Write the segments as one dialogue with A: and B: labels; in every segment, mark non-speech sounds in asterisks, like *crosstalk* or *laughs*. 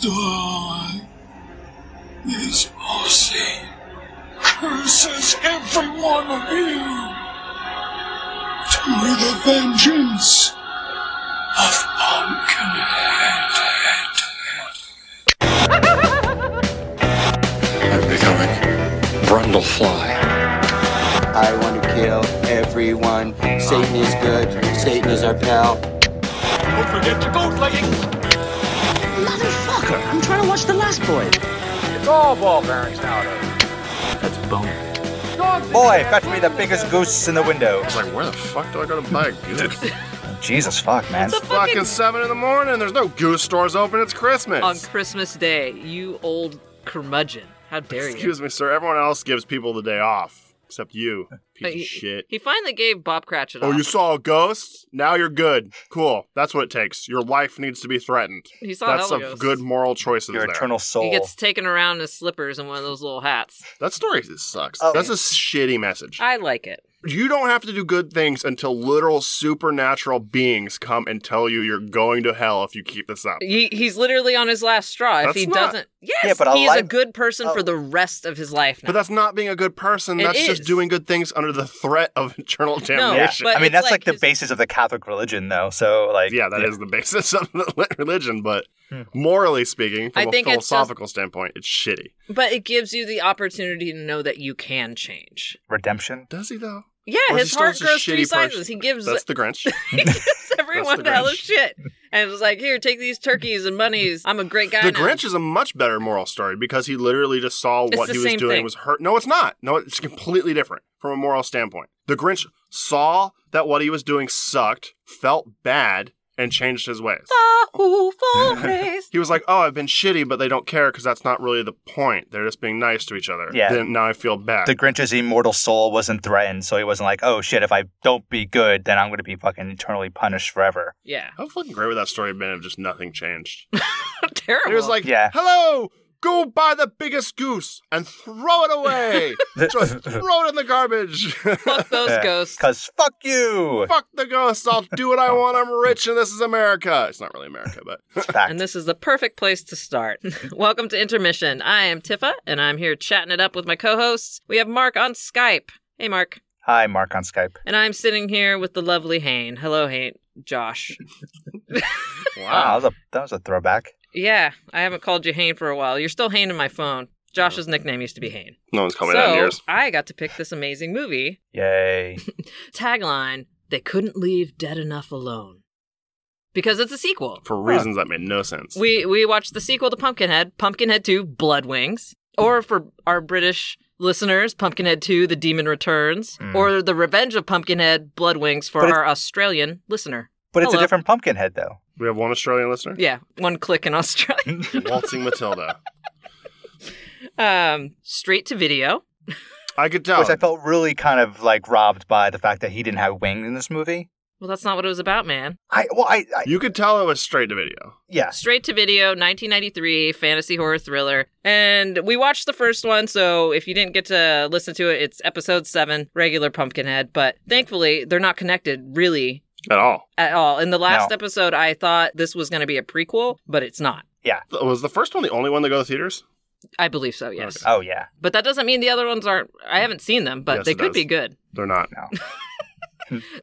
A: die. This Aussie curses every one of you to the vengeance of Pumpkinhead.
B: I'm becoming Brundlefly.
C: I want to kill everyone. Satan is good. Satan is our pal.
D: Motherfucker, I'm trying to watch The Last Boy.
E: Boy, fetch me the biggest goose in the window.
F: It's like, where the fuck do I go to buy a goose?
E: *laughs* Jesus fuck, man.
F: fucking seven in the morning. There's no goose stores open. It's Christmas.
G: on Christmas Day, you old curmudgeon. How dare you?
F: Excuse me, sir. Everyone else gives people the day off, except
E: *laughs*
F: you, piece
G: But
F: of
G: he,
F: shit.
G: He finally gave Bob Cratchit
F: Oh,
G: off.
F: you saw a ghost? Now you're good. Cool. That's what it takes. Your life needs to be threatened.
G: He saw
F: That's
G: hell
F: some
G: ghosts.
F: good moral choices
E: Your
F: there.
E: eternal
G: He
E: soul.
G: gets taken around in slippers and one of those little hats.
F: That story just sucks.
E: Oh.
F: That's a shitty message.
G: I like it.
F: you don't have to do good things until literal supernatural beings come and tell you you're going to hell if you keep this up.
G: He, he's literally on his last straw. If
F: That's
G: he
F: not-
G: doesn't, yes,
E: Yeah, but a
G: he is a
E: life-
G: good person
E: Oh.
G: for the rest of his life. Now.
F: But that's not being a good person.
G: It
F: That's
G: is.
F: just doing good things under the threat of *laughs* eternal
E: yeah.
F: damnation.
G: but
E: I mean,
G: it's
E: that's like,
G: like
E: the
G: his-
E: basis of the Catholic religion, though. So, like,
F: *laughs* yeah, that is the basis of the *laughs* religion. But morally speaking,
G: I
F: from a
G: think it's just-
F: philosophical standpoint, it's shitty.
G: But it gives you the opportunity to know that you can change.
E: redemption.
F: Does he though?
G: Yeah,
F: Or is
G: his
F: he still
G: heart
F: just a
G: grows three
F: shitty person?
G: sizes. He gives *laughs*
F: That's *laughs* the Grinch.
G: gives everyone
F: the
G: the hell of
F: Grinch.
G: shit, and it's like, here, take these turkeys and bunnies. I'm a great guy.
F: the
G: now.
F: Grinch is a much better moral story because he literally just saw
G: It's
F: what
G: the
F: he
G: same
F: was doing
G: thing.
F: was hurt. No, it's not. No, it's completely different from a moral standpoint. The Grinch saw that what he was doing sucked, felt bad, and changed his ways.
G: Bahu
F: *laughs*
G: Flores.
F: He was like, "Oh, I've been shitty, but they don't care because that's not really the point. They're just being nice to each other."
E: Yeah.
F: Then now I feel bad.
E: The Grinch's immortal soul wasn't threatened, so he wasn't like, oh shit, if I don't be good, then I'm going to be fucking eternally punished
F: *laughs*
E: forever.
G: yeah,
F: How fucking great would that story have been if just
G: *laughs*
F: nothing changed?
G: terrible.
F: It was like,
E: Yeah.
F: hello, go buy the biggest goose and throw it
E: *laughs*
F: away. just throw it in the
G: *laughs*
F: garbage. *laughs*
G: fuck those ghosts.
E: Because fuck you!
F: Fuck the ghosts. I'll do what I want. I'm rich and this is America. It's not really America, but *laughs*
E: Fact.
G: And this is the perfect place to start. *laughs* Welcome to Intermission. I am Tifa, and I'm here chatting it up with my co hosts. We have Mark on Skype. Hey, Mark.
E: Hi, Mark on Skype.
G: And I'm sitting here with the lovely Hane. Hello, Hane. Josh.
E: Wow, that was a, that was a throwback.
G: Yeah, I haven't called you Hane for a while. You're still Hane in my phone. Josh's nickname used to be Hane.
F: No one's coming
G: So
F: down yours.
G: I got to pick this amazing movie. *laughs*
E: Yay.
G: Tagline They couldn't leave dead enough alone. Because it's a sequel.
F: For reasons that made no sense.
G: We we watched the sequel to Pumpkinhead, Pumpkinhead 2, Blood Wings. Or for our British listeners, Pumpkinhead 2, The Demon Returns. Or The Revenge of Pumpkinhead, Blood Wings for
E: But it-
G: our Australian listener.
E: But it's
G: Hello.
E: a different Pumpkinhead, though.
F: we have one
G: *laughs*
F: Australian listener.
G: Yeah, one click in Australia.
F: Waltzing Matilda.
G: um, straight to video.
F: I could tell.
E: Which I felt really kind of like robbed by the fact that he didn't have wings in this movie.
G: Well, that's not what it was about, man.
E: I, well, I, I
F: you could tell it was straight to video.
E: yeah.
G: Straight to video, 1993, fantasy horror thriller. And we watched the first one, so if you didn't get to listen to it, it's episode 7, regular Pumpkinhead, but thankfully they're not connected really
F: At all.
G: at all. In the last
E: No.
G: episode, I thought this was going to be a prequel, but it's not.
F: Was the first one the only one to go to theaters?
G: I believe so, yes.
E: Oh, yeah.
G: But that doesn't mean the other ones aren't. I haven't seen them, but
F: Yes,
G: they
F: it
G: could
F: does.
G: be good.
F: They're not.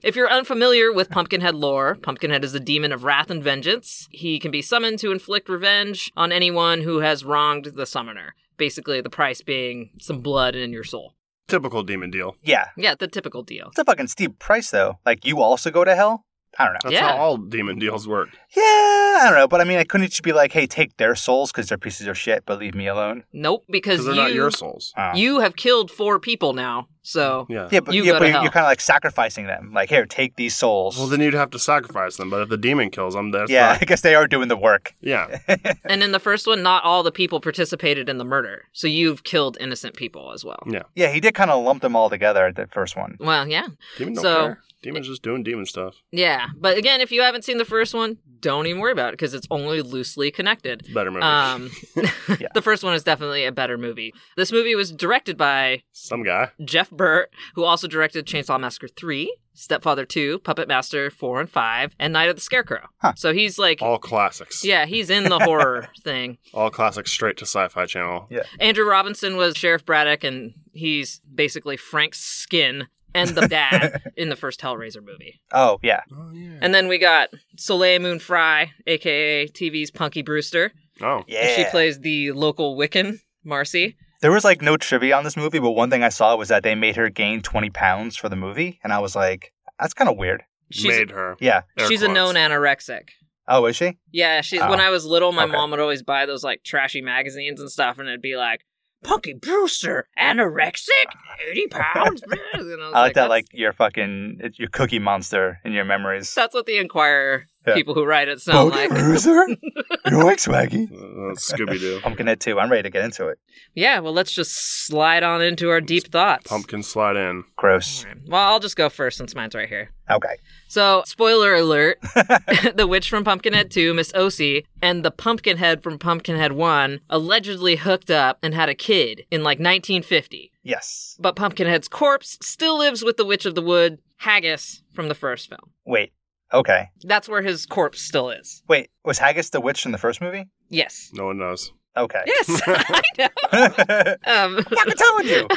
G: If you're unfamiliar with Pumpkinhead lore, Pumpkinhead is the demon of wrath and vengeance. He can be summoned to inflict revenge on anyone who has wronged the summoner. Basically, the price being some blood in your soul.
F: Typical demon deal.
E: Yeah.
G: Yeah, the typical deal.
E: It's a fucking steep price, though. Like, you also go to hell? I don't know.
F: That's
G: Yeah.
F: how all demon deals work.
E: Yeah, I don't know. But I mean, I couldn't it just be like, hey, take their souls because they're pieces of shit, but leave me alone.
G: Nope, because
F: Because they're
G: you,
F: not your souls.
E: Oh.
G: you have killed four people now. So
F: Yeah.
E: yeah, but,
G: you
E: yeah,
G: go
E: but
G: to
E: you're
G: hell.
E: kind of like sacrificing them. Like, here, take these souls.
F: Well, then you'd have to sacrifice them. But if the demon kills them, that's
E: yeah, I
F: not-
E: guess they are doing the work.
F: yeah.
G: And in the first one, not all the people participated in the murder. So you've killed innocent people as well.
F: Yeah.
E: Yeah, he did kind of lump them all together at the first one.
G: Well, yeah.
F: Demon don't
G: So-
F: care. Demon's just doing demon stuff.
G: Yeah. But again, if you haven't seen the first one, don't even worry about it because it's only loosely connected.
F: Better movie. *laughs*
G: Um, *laughs* The first one is definitely a better movie. This movie was directed by
F: Some guy.
G: Jeff Burt, who also directed Chainsaw Massacre 3, Stepfather 2, Puppet Master 4 and 5, and Night of the Scarecrow. So he's like,
F: All classics.
G: yeah, he's in
F: *laughs*
G: the horror thing.
F: All classics straight to Sci Fi Channel.
E: Yeah.
G: Andrew Robinson was Sheriff Braddock, and he's basically Frank's skin and the dad in the first Hellraiser movie.
E: Oh yeah.
F: Oh, yeah.
G: And then we got Soleil Moon Fry, aka TV's Punky Brewster.
F: Oh.
E: Yeah.
G: and She plays the local Wiccan, Marcy.
E: There was like no trivia on this movie, but one thing I saw was that they made her gain 20 pounds for the movie, and I was like, that's kind of weird.
G: She's,
F: Made her.
E: Yeah.
F: Air
G: she's a
F: quotes.
G: known anorexic.
E: Oh, is she?
G: Yeah, she.
E: Oh,
G: when I was little, my
E: okay.
G: mom would always buy those like trashy magazines and stuff, and it'd be like, "Punky Brewster, anorexic, eighty
E: *laughs*
G: pounds." and I, was
E: I like, that,
G: "That's-
E: like your fucking it's your cookie monster in your memories.
G: that's what the Inquirer
E: Yeah.
G: people who write it sound like.
E: Bruiser?
G: *laughs*
E: You're like swaggy.
F: Uh, that's Scooby Doo.
E: Pumpkinhead 2. I'm ready to get into it.
G: Yeah, well, let's just slide on into our deep thoughts.
F: Pumpkin slide in.
E: Gross.
G: Well, I'll just go first since mine's right here.
E: Okay.
G: So, spoiler alert *laughs* the witch from Pumpkinhead 2, Miss Osi, and the Pumpkinhead from Pumpkinhead 1 allegedly hooked up and had a kid in like 1950.
E: Yes.
G: But Pumpkinhead's corpse still lives with the Witch of the Wood, Haggis, from the first film.
E: Wait. Okay.
G: That's where his corpse still is.
E: Wait. Was Haggis the witch in the first movie?
F: *laughs*
G: Yes.
F: No one knows.
E: Okay.
G: Yes, *laughs* I know.
E: *laughs*
G: Um,
E: I'm
G: *laughs*
E: telling you.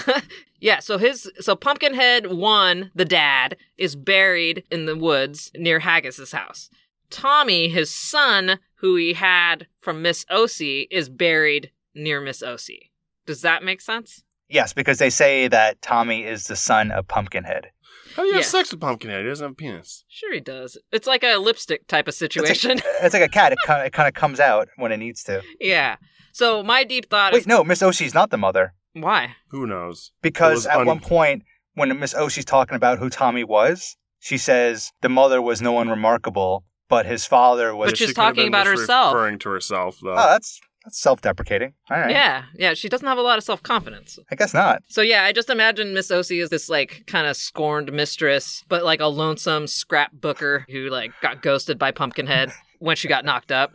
G: Yeah, so his so Pumpkinhead one, the dad, is buried in the woods near Haggis's house. Tommy, his son, who he had from Miss Osi, is buried near Miss Osi. Does that make sense?
E: Yes, because they say that Tommy is the son of Pumpkinhead.
F: How do you have
G: Yeah.
F: sex with Pumpkinhead? He doesn't have a penis.
G: Sure, he does. It's like a lipstick type of situation. *laughs*
E: It's like a cat. It kind of, it kind of comes out when it needs to.
G: yeah. So my deep thought
E: Wait,
G: is
E: no, Miss Oshi's not the mother.
G: why?
F: Who knows? It
E: Because
F: was
E: at
F: un-
E: one point, when Miss Oshi's talking about who Tommy was, she says the mother was no one remarkable, but his father was.
G: But she's
F: She could have
G: talking
F: been
G: about
F: just
G: herself.
F: Referring to herself, though.
E: oh, that's that's self-deprecating. All right.
G: Yeah, yeah. She doesn't have a lot of self confidence.
E: I guess not.
G: So yeah, I just imagine Miss Osi is this like kind of scorned mistress, but like a lonesome scrapbooker who like got ghosted by Pumpkinhead when she got knocked up.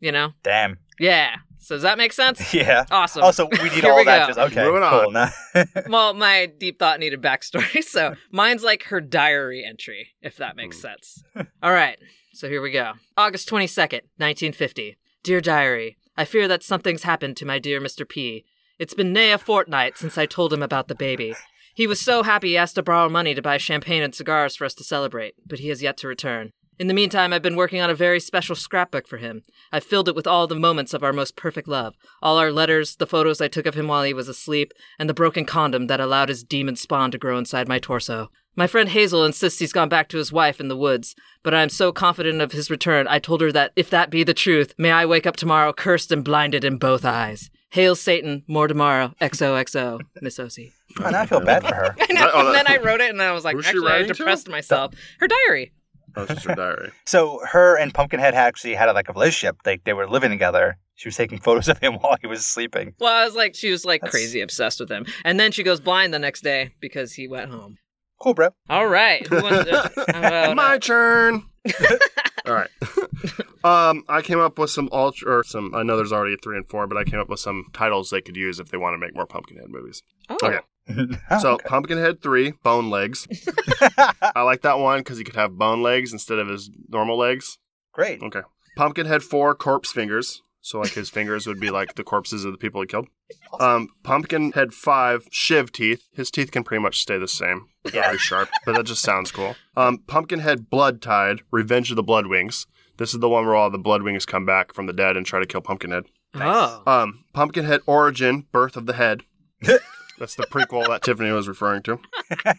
G: You know?
E: Damn. *laughs*
G: Yeah. So does that make sense?
E: Yeah.
G: Awesome.
E: Also, we
G: *laughs*
E: need
G: Here
E: all
G: we
E: that.
G: go.
E: Just okay.
F: Moving
E: cool.
F: on.
E: Nah.
G: well, my deep thought needed backstory, *laughs* so mine's like her diary entry, if that makes sense. All right, so here we go. August 22nd, 1950. Dear Diary, I fear that something's happened to my dear Mr. P. It's been nay a fortnight since I told him about the baby. He was so happy he asked to borrow money to buy champagne and cigars for us to celebrate, but he has yet to return. In the meantime, I've been working on a very special scrapbook for him. I've filled it with all the moments of our most perfect love all our letters, the photos I took of him while he was asleep, and the broken condom that allowed his demon spawn to grow inside my torso. My friend Hazel insists he's gone back to his wife in the woods, but I am so confident of his return, I told her that if that be the truth, may I wake up tomorrow cursed and blinded in both eyes. Hail Satan, more tomorrow. XOXO, Miss Osi.
E: Oh, now I feel bad
G: *laughs*
E: for her.
G: I know,
F: Oh,
G: and then
F: that-
G: I wrote it, and I was like,
F: Who's she
G: actually, I
F: writing to?
G: depressed myself. Her diary.
F: That's just her diary.
E: So her and Pumpkinhead actually had like a relationship. They they were living together. She was taking photos of him *laughs* while he was sleeping.
G: Well, I was like, she was like
E: That's-
G: crazy obsessed with him, and then she goes blind the next day because he went home.
E: Cool, bro. *laughs*
G: All right, who
F: *laughs*
G: wants to- uh, well,
F: My turn. All right. *laughs* um, I came up with some ultra, or some. I know there's already a three and four, but I came up with some titles they could use if they want to make more Pumpkinhead movies.
G: oh,
F: Okay.
E: Oh,
F: so Pumpkinhead three, Bone Legs. I like that one because he could have bone legs instead of his normal legs.
E: great.
F: Okay. Pumpkinhead four, Corpse Fingers. So like his fingers would be like the corpses of the people he killed. Um, Pumpkinhead five, Shiv Teeth. His teeth can pretty much stay the same.
E: Yeah.
F: very sharp, but that just sounds cool. Um, Pumpkinhead Blood Tide, Revenge of the Bloodwings. This is the one where all the Bloodwings come back from the dead and try to kill Pumpkinhead.
G: oh,
F: Um, Pumpkinhead Origin, Birth of the Head.
E: *laughs*
F: That's the prequel that Tiffany was referring to.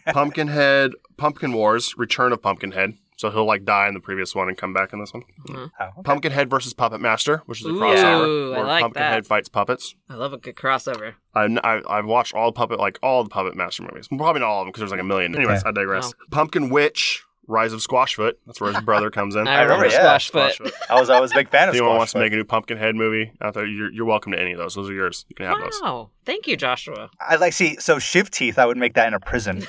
F: Pumpkinhead, Pumpkin Wars, Return of Pumpkinhead. So he'll like die in the previous one and come back in this one.
E: Oh.
F: Pumpkinhead versus Puppet Master, which is a
G: Hmm. Ooh,
F: crossover
G: I
F: where
G: like
F: Pumpkinhead
G: that.
F: fights puppets.
G: I love a good crossover.
F: I, I, I've watched all Puppet, like all the Puppet Master movies. Probably not all of them because there's like a million. Anyways, I digress.
G: Oh.
F: Pumpkin Witch, Rise of Squashfoot. That's where his brother comes
G: *laughs*
F: in.
G: I remember
E: remember, Oh, yeah,
G: Squashfoot.
E: I was always a big fan
F: If
E: of
F: *laughs* anyone wants to
E: Squashfoot.
F: make a new Pumpkinhead movie out there, you're, you're welcome to any of those. Those are yours. You can have those.
G: Wow, thank you, Joshua.
E: I like see so shiv teeth. I would make that in
G: *laughs*
E: a prison.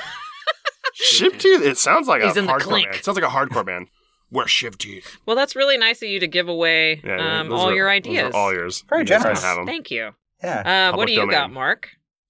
F: Shiv Teeth. It sounds like
G: He's
F: a
G: in the
F: hardcore
G: clink.
F: band. It sounds like a hardcore band. We're Shiv Teeth.
G: Well, that's really nice of you to give away
F: Yeah,
G: um,
F: those
G: all
F: are-
G: your
F: those are
G: ideas.
F: all yours.
E: Very
F: You guys can
E: generous.
F: Have them.
G: Thank you.
E: Yeah.
G: Uh, what
F: Public
G: do you
F: domain.
G: got, Mark?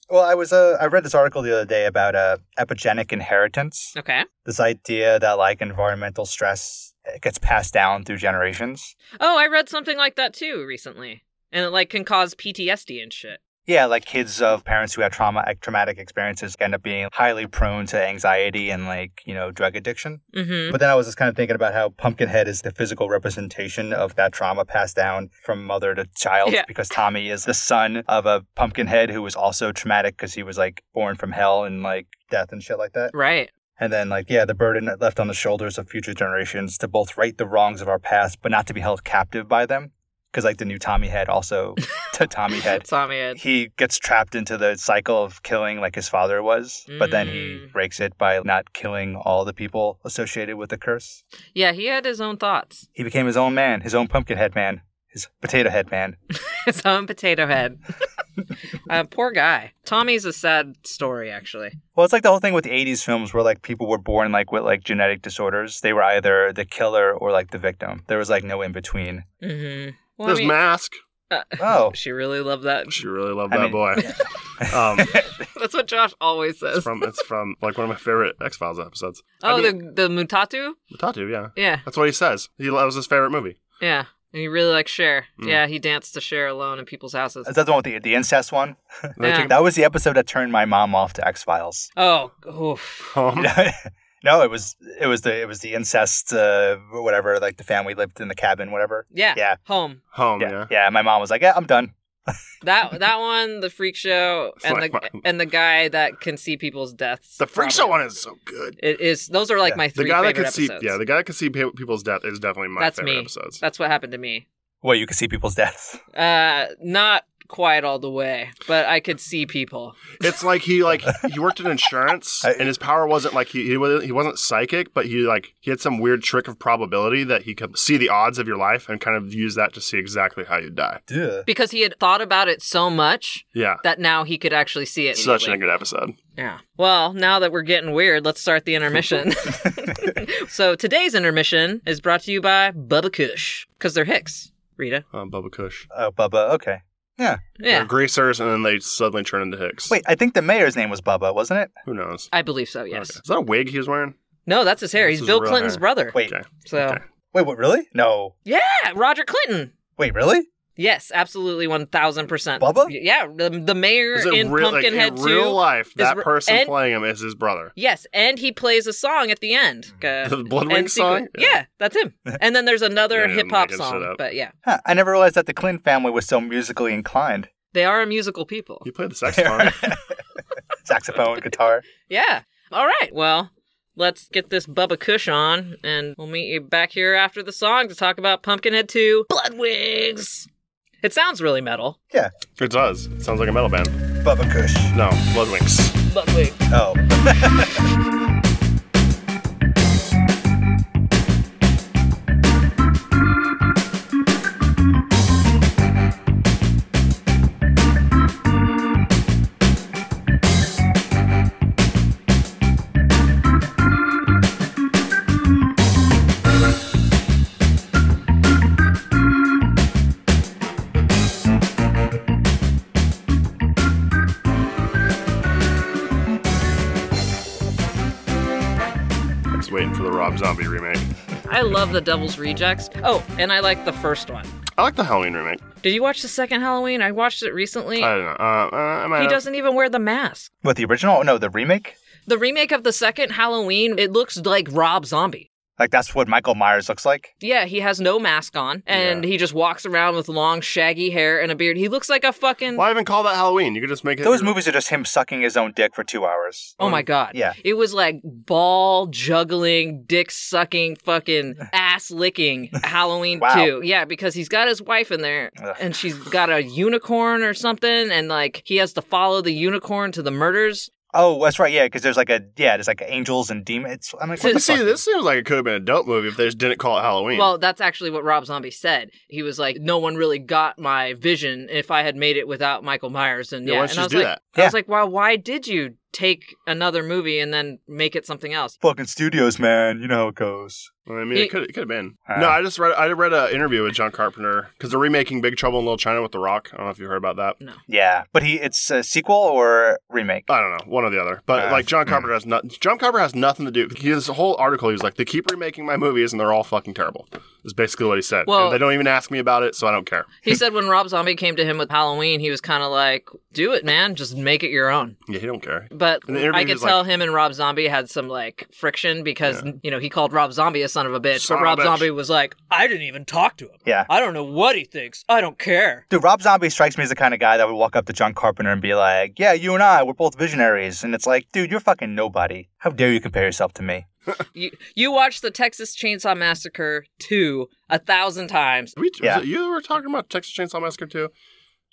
E: Well, I was uh, I read this article the other day about uh, epigenic inheritance.
G: Okay.
E: This idea that like environmental stress it gets passed down through generations.
G: Oh, I read something like that too recently. And it like can cause PTSD and shit.
E: Yeah, like kids of parents who had trauma traumatic experiences end up being highly prone to anxiety and like, you know, drug addiction.
G: Mm-hmm.
E: But then I was just kind of thinking about how Pumpkinhead is the physical representation of that trauma passed down from mother to child
G: Yeah.
E: because Tommy is the son of a Pumpkinhead who was also traumatic because he was like born from hell and like death and shit like that.
G: Right.
E: And then, like, yeah, the burden left on the shoulders of future generations to both right the wrongs of our past, but not to be held captive by them. Because, like, the new Tommy
G: *laughs*
E: Head also, to Tommy Head,
G: Tommy Ed.
E: he gets trapped into the cycle of killing like his father was, but then he
G: Mm.
E: breaks it by not killing all the people associated with the curse.
G: Yeah, he had his own thoughts. *laughs*
E: He became his own man, his own pumpkin head man, his potato head man.
G: His own potato head. *laughs* uh, poor guy. Tommy's a sad story, actually.
E: Well, it's like the whole thing with the 80s films where like people were born like with like genetic disorders. They were either the killer or like the victim. There was like no in between.
G: Mm-hmm. Well, I
F: There's
G: mean,
F: Mask.
E: Oh,
G: She really loved that.
F: She really loved
E: I
F: that
E: mean- *laughs*
F: boy. um,
G: *laughs* That's what Josh always
F: it's
G: says.
F: from it's from like one of my favorite X Files episodes.
G: Oh,
F: I mean,
G: the the Mutatu.
F: Matatu, yeah.
G: Yeah,
F: That's what he says. He, that was his favorite movie.
G: yeah. And he really likes Cher.
F: Mm.
G: Yeah, he danced to Cher alone in people's houses.
E: is that the one with the, the incest one?
G: Yeah.
E: That was the episode that turned my mom off to X Files.
G: Oh, oof.
F: Um,
E: *laughs* no, it was it was the it was the incest uh, whatever like the family lived in the cabin whatever.
G: yeah,
E: Yeah.
G: Home.
F: Home,
E: yeah,
F: yeah.
E: yeah. My mom was like, "Yeah, I'm done."
G: That that one, the freak show, and the and the guy that can see people's deaths.
F: The freak show
G: Probably.
F: one is so good.
G: It is. Those are like
E: Yeah.
G: my
F: The
G: three
F: guy that
G: favorite
F: can see,
G: episodes.
F: yeah, the guy that can see pe- people's death is definitely my
G: That's
F: favorite
G: me.
F: episodes.
G: That's what happened to me.
E: Well, you could see people's deaths.
G: Uh, not quite all the way, but I could see people.
F: It's like
E: *laughs*
F: he like he worked in insurance,
E: I-
F: and his power wasn't like he he wasn't, he wasn't psychic, but he like he had some weird trick of probability that he could see the odds of your life and kind of use that to see exactly how you die.
E: Duh.
G: Because he had thought about it so much
F: Yeah,
G: that now he could actually see it.
F: such
G: neatly.
F: a good episode.
G: Yeah. Well, now that we're getting weird, let's start the
F: *laughs*
G: intermission. *laughs* so today's intermission is brought to you by Bubba Kush because they're Hicks. Rita.
F: Um, Bubba Kush,
E: Oh, Bubba. Okay.
F: they're
G: Yeah.
F: greasers, and then they suddenly turn into Hicks.
E: Wait, I think the mayor's name was Bubba, wasn't it?
F: who knows?
G: I believe so. Yes.
F: Okay. Is that a wig he was wearing?
G: No, that's his hair.
F: This
G: He's
F: is
G: Bill
F: real
G: Clinton's
F: hair.
G: brother.
E: Wait,
F: Okay.
G: So
F: okay.
E: wait, what? Really? No.
G: yeah, Roger Clinton.
E: Wait, really?
G: Yes, absolutely, one thousand percent.
E: Bubba?
G: Yeah, the, the mayor
F: Is it
G: in
F: real, like,
G: Pumpkinhead
F: in
G: Two.
F: real life? That
G: re-
F: person
G: and-
F: playing him is his brother.
G: Yes, and he plays a song at the end. Uh,
F: The Bloodwing
G: end
F: song?
G: sequen- Yeah. that's
F: *laughs*
G: him. And then there's another
F: Yeah,
G: hip hop
F: making shit
G: song.
F: up.
G: But yeah,
E: Huh, I never realized that the Clinton family was so musically inclined.
G: they are a musical people.
F: He played the saxophone.
E: *laughs* Saxophone, guitar.
G: Yeah. All right. Well, let's get this Bubba Kush on, and we'll meet you back here after the song to talk about Pumpkinhead 2 Bloodwigs. It sounds really metal.
E: Yeah.
F: *laughs* it does. It sounds like a metal band.
E: Bubba Kush.
F: No, Bloodwings.
G: Bloodwig.
E: Oh. *laughs*
F: Just waiting for the Rob Zombie remake.
G: I love the Devil's Rejects. Oh, and I like the first one.
F: I like the Halloween remake.
G: Did you watch the second Halloween? I watched it recently.
F: I don't know. Uh, uh, I might
G: he
F: have-
G: doesn't even wear the mask.
E: What, the original? No, the remake?
G: The remake of the second Halloween, it looks like Rob Zombie.
E: Like, that's what Michael Myers looks like?
G: Yeah, he has no mask on, and he just walks around with long, shaggy hair and a beard. He looks like a fucking.
F: Why even call that Halloween? You could just make it.
E: Those movies are just him sucking his own dick for two hours.
G: Oh my god.
E: yeah.
G: It was like ball juggling, dick sucking,
E: *laughs*
G: fucking ass licking Halloween
E: Wow.
G: 2. Yeah, because he's got his wife in there
E: Ugh.
G: and she's got a unicorn or something and like he has to follow the unicorn to the murders.
E: Oh, that's right. Yeah, because there's like a yeah, there's like angels and demons. I'm like, what the
F: See,
E: fuck?
F: this seems like it could have been a dope movie if they just didn't call it Halloween.
G: Well, that's actually what Rob Zombie said. He was like, "No one really got my vision if I had made it without Michael Myers." And
F: Yeah,
G: yeah,
F: why don't
G: and
F: you
G: I
F: just
G: was
F: do
G: like,
F: that?
G: I was
E: Yeah.
G: like, "Well, why did you take another movie and then make it something else.
E: Fucking studios, man. You know how it goes.
F: I mean,
G: He-
F: it could it could have been.
E: Uh.
F: no, I just read I read an interview with John Carpenter because they're remaking Big Trouble in Little China with The Rock. I don't know if you heard about that.
E: Yeah, but he it's a sequel or remake.
F: I don't know, one or the other. But
E: Uh,
F: like John
E: hmm.
F: Carpenter has not John Carpenter has nothing to do. He, this whole article, he was like, they keep remaking my movies and they're all fucking terrible. Is basically what he said.
G: Well-
F: And they don't even ask me about it, so I don't care.
E: *laughs*
G: He said when Rob Zombie came to him with Halloween, he was kind of like, "Do it, man. Just make it your own."
F: Yeah, he don't care.
G: But
F: In the interview,
G: I
F: he
G: could
F: was like-
G: tell him and Rob Zombie had some like friction because you know he called Rob Zombie a son of a bitch,
F: Son of
G: but
F: a
G: Rob
F: bitch.
G: Zombie was like, "I didn't even talk to him.
E: Yeah.
G: I don't know what he thinks. I don't care."
E: Dude, Rob Zombie strikes me as the kind of guy that would walk up to John Carpenter and be like, Yeah, you and I, we're both visionaries. And it's like, dude, you're fucking nobody. How dare you compare yourself to me?
G: You you watched the Texas Chainsaw Massacre two a thousand times.
F: We,
E: Yeah.
F: was it you were talking about Texas Chainsaw Massacre too,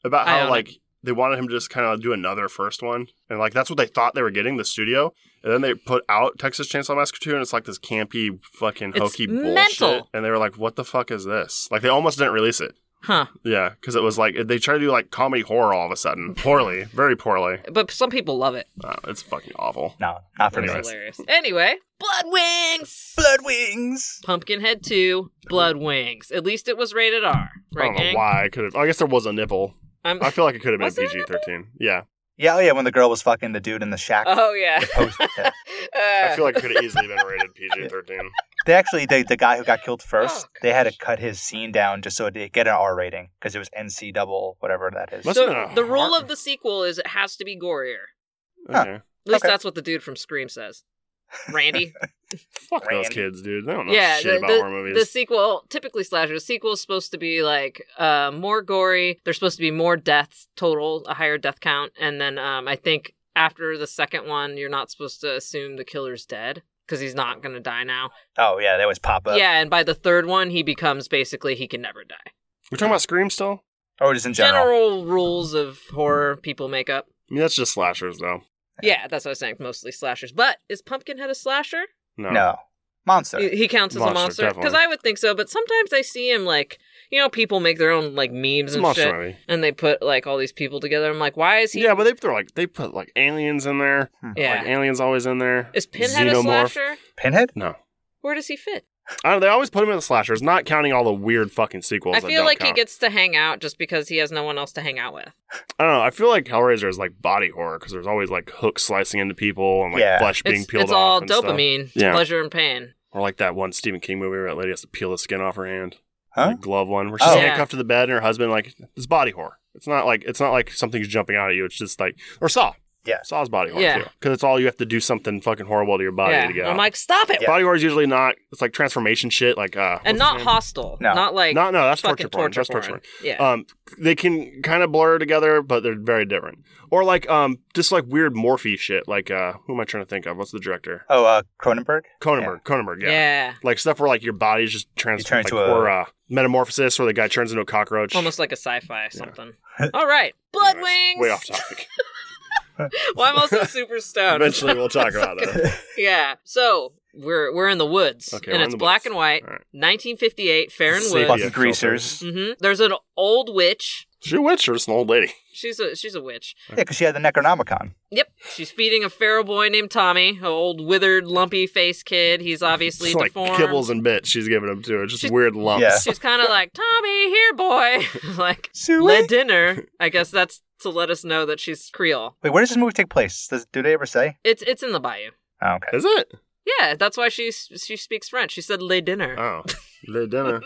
F: about
G: I
F: how
G: own
F: like they wanted him to just kind of do another first one, and like that's what they thought they were getting the studio, and then they put out Texas Chainsaw Massacre two, and it's like this campy fucking
G: It's
F: hokey bullshit,
G: mental.
F: and they were like, what the fuck is this? Like they almost didn't release it.
G: Huh.
F: Yeah, because it was like they tried to do like comedy horror all of
G: *laughs*
F: a sudden, poorly, very poorly.
G: But some people love it.
F: Uh, it's fucking awful.
E: No, not for me.
F: Anyways.
G: It's hilarious. Anyway, Blood Wings.
E: Blood wings.
G: Pumpkinhead 2, Blood Wings. At least it was rated R,
F: I
G: right,
F: don't know
G: gang?
F: why I could have. I guess there was a nipple.
G: I'm-
F: I feel like it could have been
G: Was there a
F: PG thirteen. Yeah,
E: Yeah, oh yeah, when the girl was fucking the dude in the shack.
G: *laughs* oh yeah. Uh,
E: Post- yeah.
G: *laughs*
F: *laughs* I feel like it could have easily been rated PG thirteen.
E: They actually, they, the guy who got killed first,
G: Oh,
E: they had to cut his scene down just so it did get an R rating because it was NC double, whatever that is.
F: Must-
G: so
F: Listen to
G: the rule
F: Martin.
G: of the sequel is it has to be gorier.
E: Huh.
F: Okay.
G: At least
E: Okay.
G: that's what the dude from Scream says. Randy.
F: Fuck those
E: Ran.
F: kids, dude. They don't know
G: yeah,
F: shit
G: the,
F: about
G: the-
F: horror movies.
G: the sequel, typically slasher, the sequel is supposed to be like uh, more gory. There's supposed to be more deaths total, a higher death count. And then um, I think after the second one, you're not supposed to assume the killer's dead because he's not going to die now.
E: oh yeah, they always pop up.
G: yeah, and by the third one, he becomes basically he can never die.
F: We're talking about Scream still?
E: Or just in
G: General,
E: general.
G: rules of horror people make up.
F: I mean, that's just slashers, though.
G: Yeah, that's what I was saying. Mostly slashers. But is Pumpkinhead a slasher?
F: No.
E: No. Monster.
G: He, he counts as a
F: Monster,
G: monster
F: definitely.
G: because I would think so. But sometimes I see him like you know people make their own like memes
F: It's a
G: and
F: monster
G: shit,
F: movie.
G: and they put like all these people together. I'm like, why is he?
F: *laughs* Yeah, but they they're like they put like aliens in there.
G: Yeah.
F: Like aliens always in there.
G: is Pinhead a
F: Xenomorph.
G: slasher?
E: Pinhead?
F: No.
G: Where does he fit?
F: I don't, they always put him in the slashers, not counting all the weird fucking sequels.
G: I
F: that
G: feel
F: don't
G: like he
F: count.
G: gets to hang out just because he has no one else to hang out with.
F: I don't know. I feel like Hellraiser is like body horror because there's always like hooks slicing into people and like
E: Yeah.
F: flesh being
G: it's
F: peeled
G: it's
F: off.
G: all
F: and stuff.
G: dopamine,
F: Yeah.
G: pleasure and pain.
F: Or like that one Stephen King movie where that lady has to peel the skin off her hand.
E: Huh?
F: Like, glove one where she's
E: Oh.
F: handcuffed to the bed and her husband like it's body horror. It's not like it's not like something's jumping out at you. It's just like or Saw.
E: Yeah.
F: Saw's body horror
G: Yeah.
F: too. Because it's all you have to do something fucking horrible to your body
G: yeah,
F: to get out.
G: I'm like, stop it.
E: Yeah.
F: Body horror is usually not. It's like transformation shit. Like uh,
G: and
F: what's his
G: not
F: name?
G: hostile.
E: No.
G: Not like
F: No, no, that's
G: fucking
F: torture porn.
G: torture
F: That's torture
G: porn.
F: porn.
G: Yeah.
F: Um, they can kind of blur together, but they're very different. Or like um, just like weird Morphe shit. Like uh, who am I trying to think of? What's the director?
E: Oh, uh, Cronenberg?
F: Cronenberg. Cronenberg.
G: yeah.
F: Yeah. Like stuff where like your body's just trans-
E: You turn
F: like,
E: into a-
F: or uh, metamorphosis, or the guy turns into a cockroach.
G: Almost like a sci-fi or something. All right. Blood
F: *laughs* Anyways,
G: Wings.
F: Way
G: *laughs*
F: off topic.
G: well, I'm
F: *laughs*
G: also super stoned.
F: Eventually, we'll talk
G: *laughs*
F: about it.
G: yeah. So we're we're in the woods,
F: Okay,
G: and
F: we're
G: it's
F: in the
G: black
F: woods.
G: and white,
F: All right.
G: 1958, Fair and
F: Safety.
G: Woods.
E: Fucking
F: filter.
E: greasers. Yeah,
G: hmm There's an old witch.
F: She a witch or just an old lady? *laughs*
G: She's a she's a witch.
E: because she had the Necronomicon.
G: Yep. She's feeding a feral boy named Tommy, an old withered, lumpy faced kid. He's obviously
F: It's like
G: deformed.
F: kibbles and bits she's giving him to it. Just
G: She's-
F: weird lumps.
E: Yeah.
G: She's kind of like Tommy, here, boy. *laughs* like
E: Sue.
G: led dinner. I guess that's to let us know that she's Creole.
E: Wait, where does this movie take place? Does, do they ever say?
G: It's it's in the bayou. *laughs*
E: Oh, okay.
F: Is it?
G: Yeah, that's why she she speaks French. She said le dinner.
F: Oh,
G: *laughs*
F: the dinner.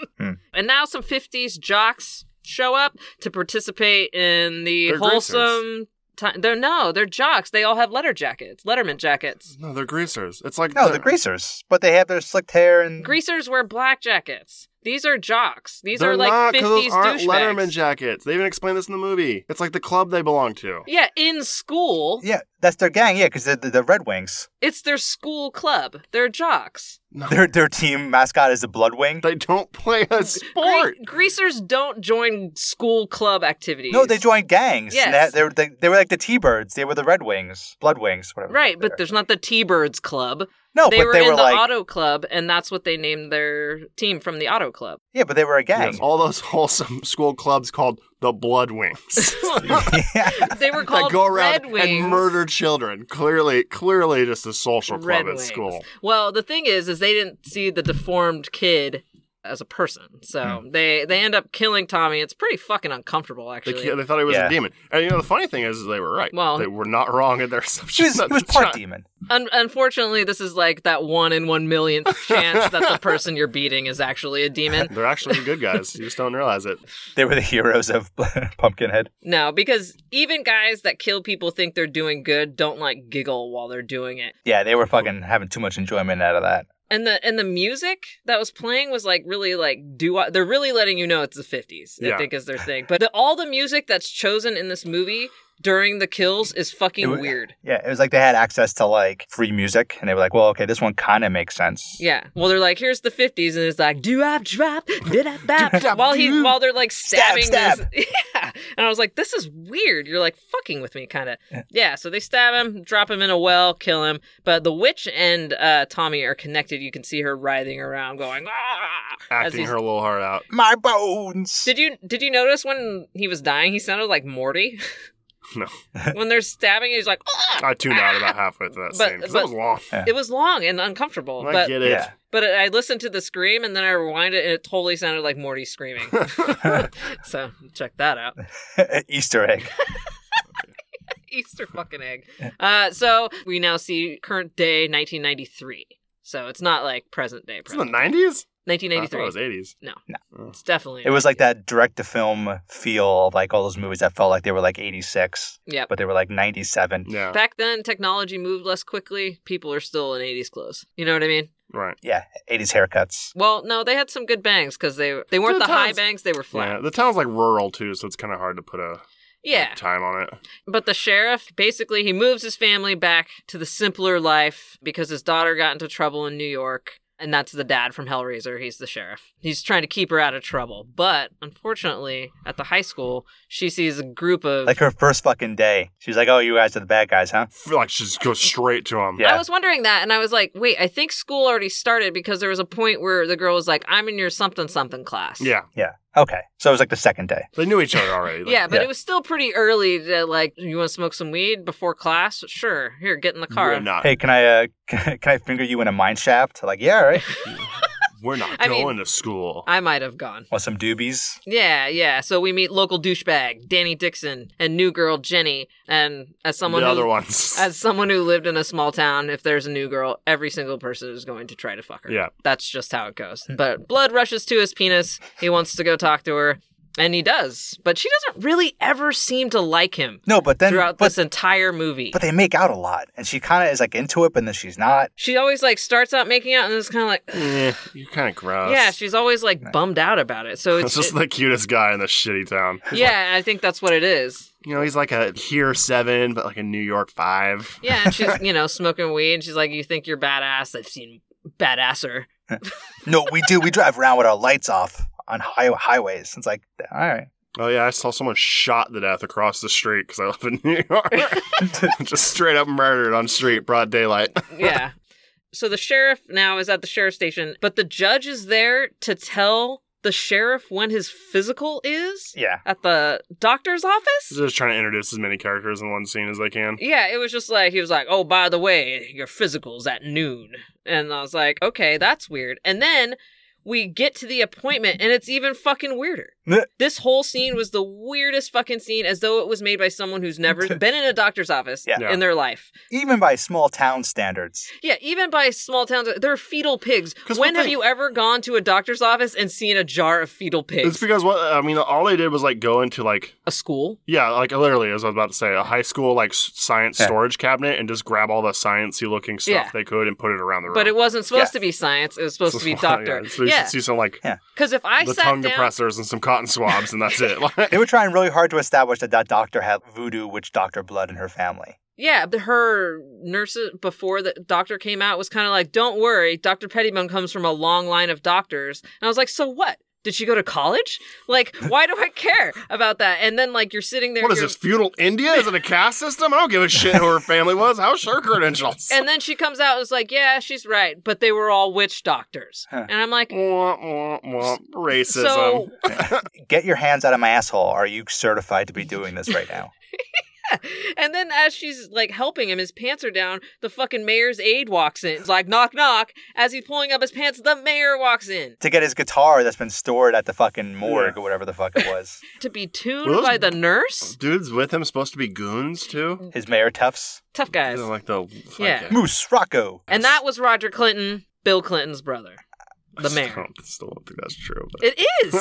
G: and now some 50s jocks show up to participate in the
F: They're
G: wholesome time. They're no, they're jocks. They all have letter jackets, letterman jackets.
F: No, they're greasers. It's like
E: No, the greasers, but they have their slicked hair and
G: Greasers wear black jackets. These are jocks. These
F: They're
G: are like
F: not, 'cause
G: 50s
F: those aren't
G: douchebags.
F: Letterman jackets. They even explain this in the movie. It's like the club they belong to.
G: yeah, in school,
E: yeah, that's their gang. Yeah, because they're the, the Red Wings. *laughs*
G: it's their school club. They're jocks.
E: Their their team mascot is the Blood Wing.
F: They don't play a
G: Gre-
F: sport.
G: greasers don't join school club activities.
E: No, they joined gangs.
G: Yes.
E: And They, had- they, were- they, they were like the T Birds. They were the Red Wings, Blood Wings, whatever.
G: Right,
E: they
G: but
E: are.
G: there's not the T Birds Club.
E: No,
G: They
E: but
G: were
E: they
G: in
E: were
G: the
E: like,
G: Auto Club, and that's what they named their team from the Auto
F: *laughs*
G: Club.
E: yeah, but they were a gang.
F: Yes, all those wholesome school clubs called the Blood
G: *laughs*
F: Wings
E: yeah.
G: they were
F: that
G: called
F: go around
G: Red Wings.
F: and murder children. Clearly, clearly, just a social club
G: Red
F: at
G: Wings.
F: school.
G: Well, the thing is, is they didn't see the deformed kid as a person, so they they end up killing Tommy. It's pretty fucking uncomfortable,
F: Hmm. They,
G: actually.
F: ki- they thought he was
E: Yeah.
F: a demon, and you know the funny thing is, is they were right.
G: Well-
F: they were not wrong in their *laughs*
E: She
F: assumptions.
G: *laughs*
E: was,
F: at
E: it was
F: the
E: part
F: time.
E: demon.
G: Un- unfortunately, this is like that one in one
F: *laughs*
G: millionth chance that the person you're beating is actually a demon.
F: They're actually good guys. You just don't realize it.
E: They were the heroes of *laughs* Pumpkinhead.
G: No, because even guys that kill people think they're doing good don't like giggle while they're doing it.
E: Yeah, they were fucking having too much enjoyment out of that.
G: And the and the music that was playing was like really like do they're really letting you know it's the 50s. I
F: Yeah.
G: think is their thing. But the, all the music that's chosen in this movie during the kills is fucking
E: It wa-
G: weird.
E: Yeah, it was like they had access to like free music, and they were like, "Well, okay, this one kind of makes sense."
G: Yeah. Well, they're like, here's the 50s, and it's like, do up, drop, did up, bap. While he, while they're like stabbing
E: stab.
G: this, *laughs* yeah. And I was like, this is weird. You're like fucking with me, kind of. Yeah. So they stab him, drop him in a well, kill him. But the witch and uh, Tommy are connected. You can see her writhing around, going ah. *laughs* as
F: Acting
G: he's-
F: her little heart out.
E: My bones.
G: Did you did you notice when he was dying, he sounded like Morty?
F: *laughs* No.
G: *laughs* when they're stabbing, he's like, ah!
F: I tuned out about halfway through that
G: But-
F: scene because
G: but-
F: it was long.
G: It was long and uncomfortable,
F: I
G: but
F: get it.
E: yeah,
G: But I listened to the scream and then I rewind it and it totally sounded like Morty screaming.
F: *laughs*
G: *laughs* so check that out.
E: *laughs*
G: *laughs*
E: Easter egg.
G: Easter fucking egg. Uh, so we now see current day 1993. So it's not like present day.
F: It's in the
G: Present.
F: nineties. I thought it
G: 1993.
F: was eighties. Uh,
G: It's definitely.
E: It was like that direct-to-film feel of like all those movies that felt like they were like '86,
G: Yep.
E: but they were like '97.
F: Yeah.
G: Back then, technology moved less quickly. People are still in 80s clothes. You know what I mean?
F: Right.
E: Yeah, '80s haircuts.
G: Well, no, they had some good bangs because they they weren't the high
F: Sometimes-
G: bangs; they were
F: Yeah.
G: flat.
F: The town's like rural too, so it's kind of hard to put a
G: Yeah,
F: a time on it.
G: But the sheriff basically he moves his family back to the simpler life because his daughter got into trouble in New York. And that's the dad from Hellraiser. He's the sheriff. He's trying to keep her out of trouble. But unfortunately, at the high school, she sees a group of.
E: Like her first fucking day, she was like, "Oh, you guys are the bad guys, huh?"
F: Feel like she just goes straight to him.
E: Yeah.
G: I was wondering that, and I was like, wait, I think school already started because there was a point where the girl was like, I'm in your something something class.
F: Yeah.
E: Yeah. Okay. So it was like the second day.
F: They knew each
G: *laughs*
F: other already. Like,
G: yeah, but
E: Yeah.
G: it was still pretty early to like, you want to smoke some weed before class? Sure. Here, get in the car.
F: We're not.
E: Hey, can I uh, *laughs* can I finger you in a mine shaft? Like, yeah, all right.
F: We're not
G: I mean-
F: going to school.
G: I might have gone.
E: Want some doobies?
G: Yeah, yeah. So we meet local douchebag Danny Dixon and new girl Jenny, and as someone
F: the
G: who,
F: other ones.
G: *laughs* as someone who lived in a small town, if there's a new girl, every single person is going to try to fuck her.
F: Yeah.
G: that's just how it goes. But blood rushes to his penis. He wants to go talk to her, and he does. But she doesn't really ever seem to like him
E: No, but then
G: throughout
E: but,
G: this entire movie.
E: but they make out a lot, and she kind of is like into it, but then she's not.
G: she always like starts out making out, and then it's kind of like,
F: *laughs* Eh, you're kind of gross.
G: yeah, she's always like bummed out about it.
F: *laughs*
G: So
F: It's
G: it's
F: just
G: it-
F: the cutest guy in the shitty town.
G: yeah, I think that's what it is.
F: You know, he's like a here seven, but like a New York five.
G: Yeah, and she's you know smoking weed. And she's like, "You think you're badass? I've seen badasser."
E: No, we do. We drive around with our lights off on high- highways. It's like, all right. *laughs*
F: Oh yeah, I saw someone shot to death across the street because I live in *laughs* New
G: *laughs*
F: York. just straight up murdered on street, broad daylight.
G: Yeah. so the sheriff now is at the sheriff's station, but the judge is there to tell the sheriff when his physical is
E: Yeah.
G: at the doctor's office.
F: just trying to introduce as many characters in one scene as they can.
G: Yeah, it was just like he was like, "Oh, by the way, your physical's at noon," and I was like, "Okay, that's weird." And then. We get to the appointment and it's even fucking weirder. This whole scene was the weirdest fucking scene, as though it was made by someone who's
F: *laughs*
G: never been in a doctor's office
E: Yeah.
F: Yeah.
G: in their life.
E: Even by small town standards.
G: Yeah, even by small towns, they're fetal pigs.
F: 'Cause
G: When
F: one
G: have
F: thing-
G: you ever gone to a doctor's office and seen a jar of fetal pigs?
F: It's because what I mean, all they did was like go into like
G: a school?
F: yeah, like literally as I was about to say, a high school like s- science
E: Yeah.
F: storage cabinet and just grab all the sciencey looking stuff
G: Yeah.
F: they could and put it around the room.
G: But it wasn't supposed to
E: Yeah.
G: be science. It was supposed to be
F: *laughs* Yeah,
G: doctor.
F: so you
G: Yeah,
F: should see some like
E: Yeah.
G: because if I
F: the
G: sat
F: tongue
G: down,
F: depressors and some cotton swabs and
G: *laughs*
F: that's it.
E: They were trying really hard to establish that that doctor had voodoo witch doctor blood in her family.
G: yeah, the- her nurses before the doctor came out was kind of like, "Don't worry, Dr. Pettibone comes from a long line of doctors." And I was like, "So what? Did she go to college?
F: *laughs*
G: Like, why do I care about that? And then, like, you're sitting there.
F: What is
G: you're-
F: this, feudal India? Is it a caste system? I don't give a shit who her family was. How's her credentials? *laughs*
G: And then she comes out and is like, yeah, she's right, but they were all witch doctors. And I'm like,
F: Womp, womp, womp. Racism.
G: so
E: Get your hands out of my asshole. Are you certified to be doing this right now?
G: *laughs* And then as she's like helping him, his pants are down, the fucking mayor's aide walks in. It's like knock knock. As he's pulling up his pants, the mayor walks in.
E: to get his guitar that's been stored at the fucking morgue or whatever the fuck it was.
G: To be tuned
F: Were those-
G: by the nurse?
F: Dudes with him supposed to be goons, too?
E: His mayor tufts.
G: Tough guys.
F: They're Like the,
G: Yeah.
F: okay.
E: Moose Rocco.
G: And that was Roger Clinton, Bill Clinton's brother. The
F: I
G: mayor.
F: don't, still don't think that's true. *laughs* But.
G: It is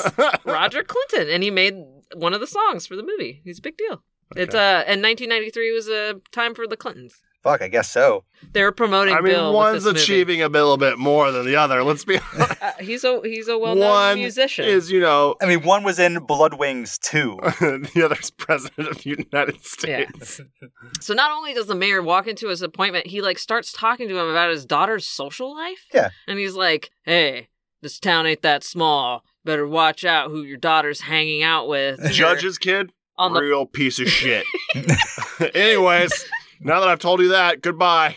G: Roger Clinton. And he made one of the songs for the movie. He's a big deal. It's uh and nineteen ninety three was a time for the Clintons.
E: Fuck, I guess so.
G: They were promoting
F: I mean,
G: Bill. with
F: one's
G: this movie.
F: achieving a little bit more than the other. Let's be honest.
G: Uh, he's a he's a well known
F: one
G: musician.
F: is, you know, *laughs*
E: I mean, one was in Blood Wings 2.
F: the other's president of the United
G: Yeah.
F: States.
G: So not only does the mayor walk into his appointment, he like starts talking to him about his daughter's social life.
E: Yeah.
G: And he's like, "Hey, this town ain't that small. Better watch out who your daughter's hanging out with." And you're
F: Judge's kid,
G: on the
F: real piece of shit. *laughs* Anyways, now that I've told you that, goodbye.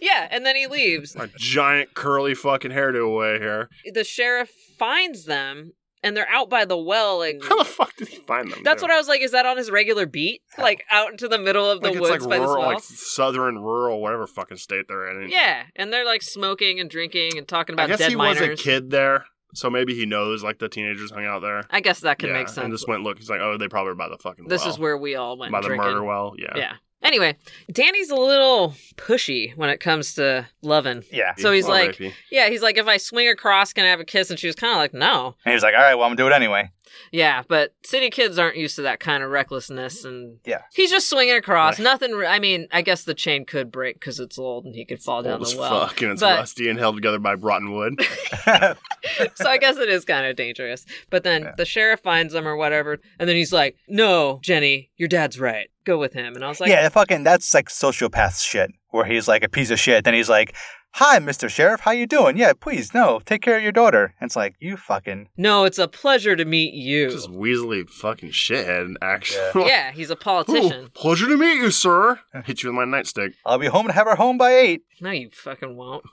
G: Yeah, and then he leaves.
F: My giant curly fucking hairdo away here.
G: The sheriff finds them and they're out by the well like
F: How the fuck did he find them?
G: That's what I was like, is that on his regular beat? Like out into the middle of the
F: like. It's
G: woods
F: like
G: by
F: rural,
G: this well?
F: like southern rural, whatever fucking state they're in.
G: Yeah, and they're like smoking and drinking and talking about
F: I guess
G: dead
F: he
G: miners.
F: was a kid there, so maybe he knows like the teenagers hung out there.
G: I guess that could
F: Yeah,
G: make sense.
F: And just went look. He's like, oh, they probably were by the fucking.
G: this
F: well.
G: is where we all went
F: by the
G: drinking.
F: murder well. Yeah.
G: Yeah. Anyway, Danny's a little pushy when it comes to loving.
E: yeah.
G: So he's
F: Well,
G: like,
F: rapey.
G: yeah, he's like, if I swing across, can I have a kiss? And she was kind of like, no.
E: And he was like, all right, well, I'm going to do it anyway.
G: Yeah, but city kids aren't used to that kind of recklessness. And
E: Yeah.
G: he's just swinging across.
F: Right.
G: Nothing. re- I mean, I guess the chain could break because it's old and he could fall down
F: old as
G: the well.
F: fuck, and it's
G: but,
F: rusty and held together by rotten wood.
G: *laughs* so I guess it is kind of dangerous. But then the sheriff finds them or whatever. And then he's like, no, Jenny, your dad's right. Go with him. And I was like,
E: yeah, the fucking, that's like sociopath shit, where he's like a piece of shit. Then he's like, hi, Mr. Sheriff, how you doing? Yeah, please, no, take care of your daughter. And it's like, you fucking,
G: no, it's a pleasure to meet you.
F: Just weaselly fucking shithead. and Actually, *laughs*
G: yeah, he's a
F: Ooh,
G: politician.
F: pleasure to meet you, sir. Hit you with my nightstick.
E: I'll be home to have her home by eight.
G: No, you fucking won't.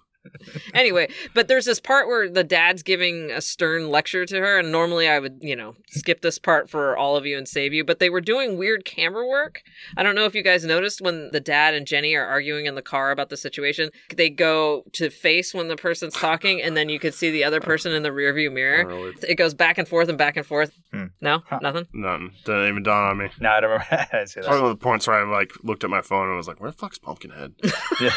G: anyway, but there's this part where the dad's giving a stern lecture to her, and normally I would, you know, skip this part for all of you and save you, but they were doing weird camera work. I don't know if you guys noticed when the dad and Jenny are arguing in the car about the situation, they go to face when the person's talking, and then you could see the other person in the rearview mirror. *laughs*
F: Really?
G: It goes back and forth and back and forth.
E: Uh. Hmm.
G: No, nothing.
F: Nothing. Didn't even dawn on me.
E: No, I don't remember. *laughs* I didn't see that.
F: Probably one of the points where I like looked at my phone and was like, "Where the fuck's
G: *laughs*
F: Pumpkinhead?
E: Yeah.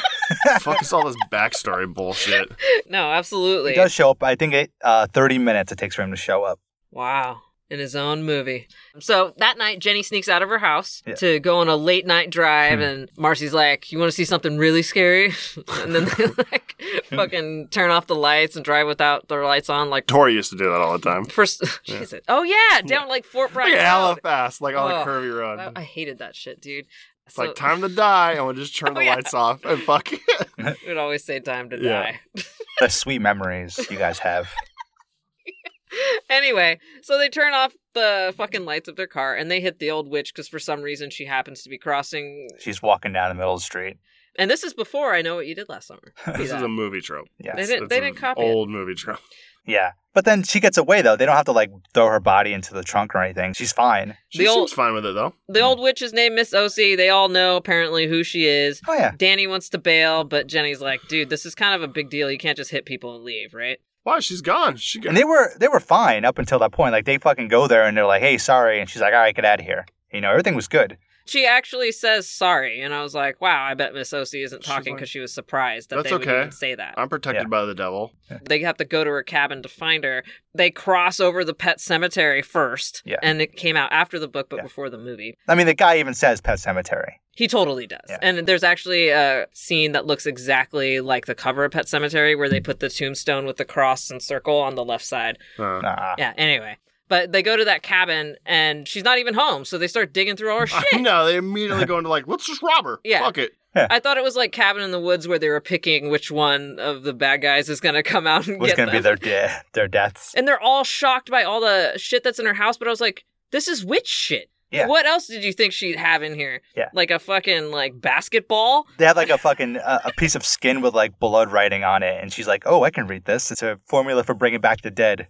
F: *laughs* Fuck is all this backstory bullshit?"
G: No,
E: He
G: absolutely.
E: does show up. I think it uh, 30 minutes it takes for him to show up.
G: Wow. In his own movie. So that night, Jenny sneaks out of her house
E: Yeah.
G: to go on a late night drive,
F: Hmm.
G: and Marcy's like, You want to see something really scary? *laughs* and then they like
F: Hmm.
G: fucking turn off the lights and drive without their lights on.
F: *laughs*
G: Like,
F: Tori used to do that all the time.
G: first, *laughs* Jesus. Oh, yeah, down like Fort Bragg.
F: Like
G: Road.
F: Halifax, like on
G: Oh,
F: a curvy road.
G: I, I hated that shit, dude.
F: it's
G: So-
F: like time to die. I want to just
G: *laughs*
F: turn
G: Oh,
F: the
G: yeah.
F: lights off and
G: *laughs*
F: fuck it.
G: it would always say time to
F: Yeah.
G: die. *laughs*
E: The sweet memories you guys have.
G: anyway, so they turn off the fucking lights of their car and they hit the old witch because for some reason she happens to be crossing.
E: She's walking down the middle of the street.
G: And this is before I know what you did last summer.
F: *laughs* this
G: Yeah.
F: is a movie trope.
E: Yeah.
G: They didn't,
F: It's
G: they
F: an
G: didn't copy it.
F: old movie trope.
E: Yeah. But then she gets away though. They don't have to like throw her body into the trunk or anything. She's fine.
F: She
G: The
F: seems
G: old-
F: fine with it though.
G: The old witch is named Miss OC. They all know apparently who she is.
E: Oh yeah.
G: Danny wants to bail, but Jenny's like, dude, this is kind of a big deal. You can't just hit people and leave, right?
F: Why? She's gone. She got
E: And they were they were fine up until that point. Like they fucking go there and they're like, "Hey, sorry," and she's like, "All right, get out of here." You know, everything was good.
G: She actually says sorry, and I was like, wow, I bet Miss OC isn't
F: She's
G: talking
F: like,
G: because she was surprised that
F: "That's
G: they would
F: okay. Uh,
G: even say that.
F: I'm protected
E: Yeah.
F: by the devil.
G: They have to go to her cabin to find her. They cross over the pet cemetery first,
E: Yeah.
G: and it came out after the book but
E: Yeah.
G: before the movie.
E: I mean, the guy even says pet cemetery.
G: He totally does.
E: Yeah.
G: And there's actually a scene that looks exactly like the cover of Pet Cemetery where they put the tombstone with the cross and circle on the left side.
F: Huh. *laughs*
E: Nah.
G: Yeah, anyway. But they go to that cabin
E: *laughs*
G: and she's not even home, so they start digging through all her shit.
F: no, they immediately go into like, let's just rob her.
G: Yeah.
F: Fuck it.
E: Yeah.
G: I thought it was like Cabin in the Woods where they were picking which one of the bad guys is going to come out and
E: was
G: get
E: going to be
G: them.
E: their de- their deaths.
G: and they're all shocked by all the shit that's in her house. But I was like, this is witch shit.
E: Yeah.
G: What else did you think she'd have in here?
E: Yeah.
G: Like a fucking like basketball.
E: They have like a fucking uh, a piece of skin with like blood writing on it, and she's like, "Oh, I can read this. It's a formula for bringing back the dead."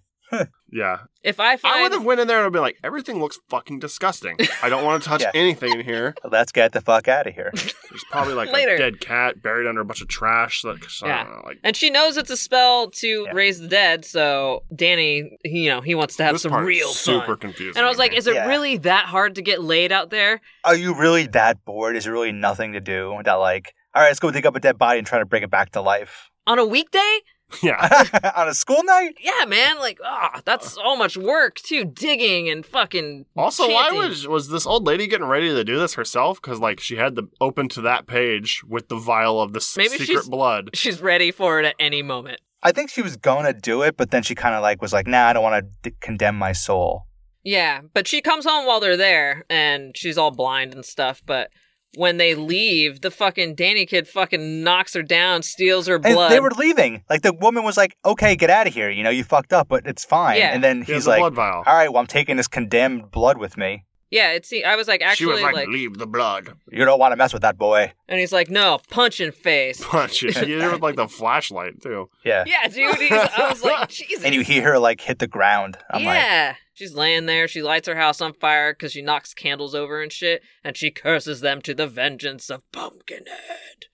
F: Yeah.
G: If I
F: I would
G: find
F: have went in there and been like, everything looks fucking disgusting. I don't want to
G: *laughs*
F: touch
E: Yeah.
F: anything in here.
E: Let's get the fuck out of here.
F: There's probably like
G: Later.
F: a dead cat buried under a bunch of trash. That, so,
G: Yeah.
F: like,
G: and she knows it's a spell to
E: Yeah.
G: raise the dead, so Danny, he- you know, he wants to have
F: this
G: some
F: part is
G: real
F: super
G: fun.
F: confusing.
G: And I was
F: to
G: like,
F: me.
G: is it
E: Yeah.
G: really that hard to get laid out there?
E: Are you really that bored? Is there really nothing to do? That like, all right, let's go dig up a dead body and try to bring it back to life *laughs*
G: On a weekday?
F: yeah.
E: on a school night.
G: Yeah, man. Like, ah, that's so much work too, digging and fucking.
F: Also, why
G: chanting.
F: was was this old lady getting ready to do this herself? Because like she had the open to that page with the vial of the s-
G: Maybe
F: secret
G: she's-
F: blood.
G: she's ready for it at any moment?
E: I think she was gonna do it, but then she kind of like was like, "Nah, I don't want to d- condemn my soul."
G: Yeah, but she comes home while they're there, and she's all blind and stuff. But when they leave, the fucking Danny kid fucking knocks her down, steals her
E: And
G: blood.
E: they were leaving. Like the woman was like, "Okay, get out of here. You know, you fucked up, but it's fine."
G: Yeah.
E: And then
F: He has
E: he's
F: the
E: like,
F: blood vial.
E: "All right, well, I'm taking this condemned blood with me.
G: yeah, it's. I was like,
F: she
G: actually,
F: was like,
G: like,
F: leave the blood. *laughs*
E: You don't want to mess with that boy."
G: and he's like, no, punch in face.
F: Punch it. She did it with like the flashlight too.
E: Yeah.
G: yeah, dude. he's- I was like, Jesus.
E: *laughs* And you hear her like hit the ground. I'm like,
G: yeah. She's laying there. She lights her house on fire because she knocks candles over and shit, and she curses them to the vengeance of Pumpkinhead. *sighs*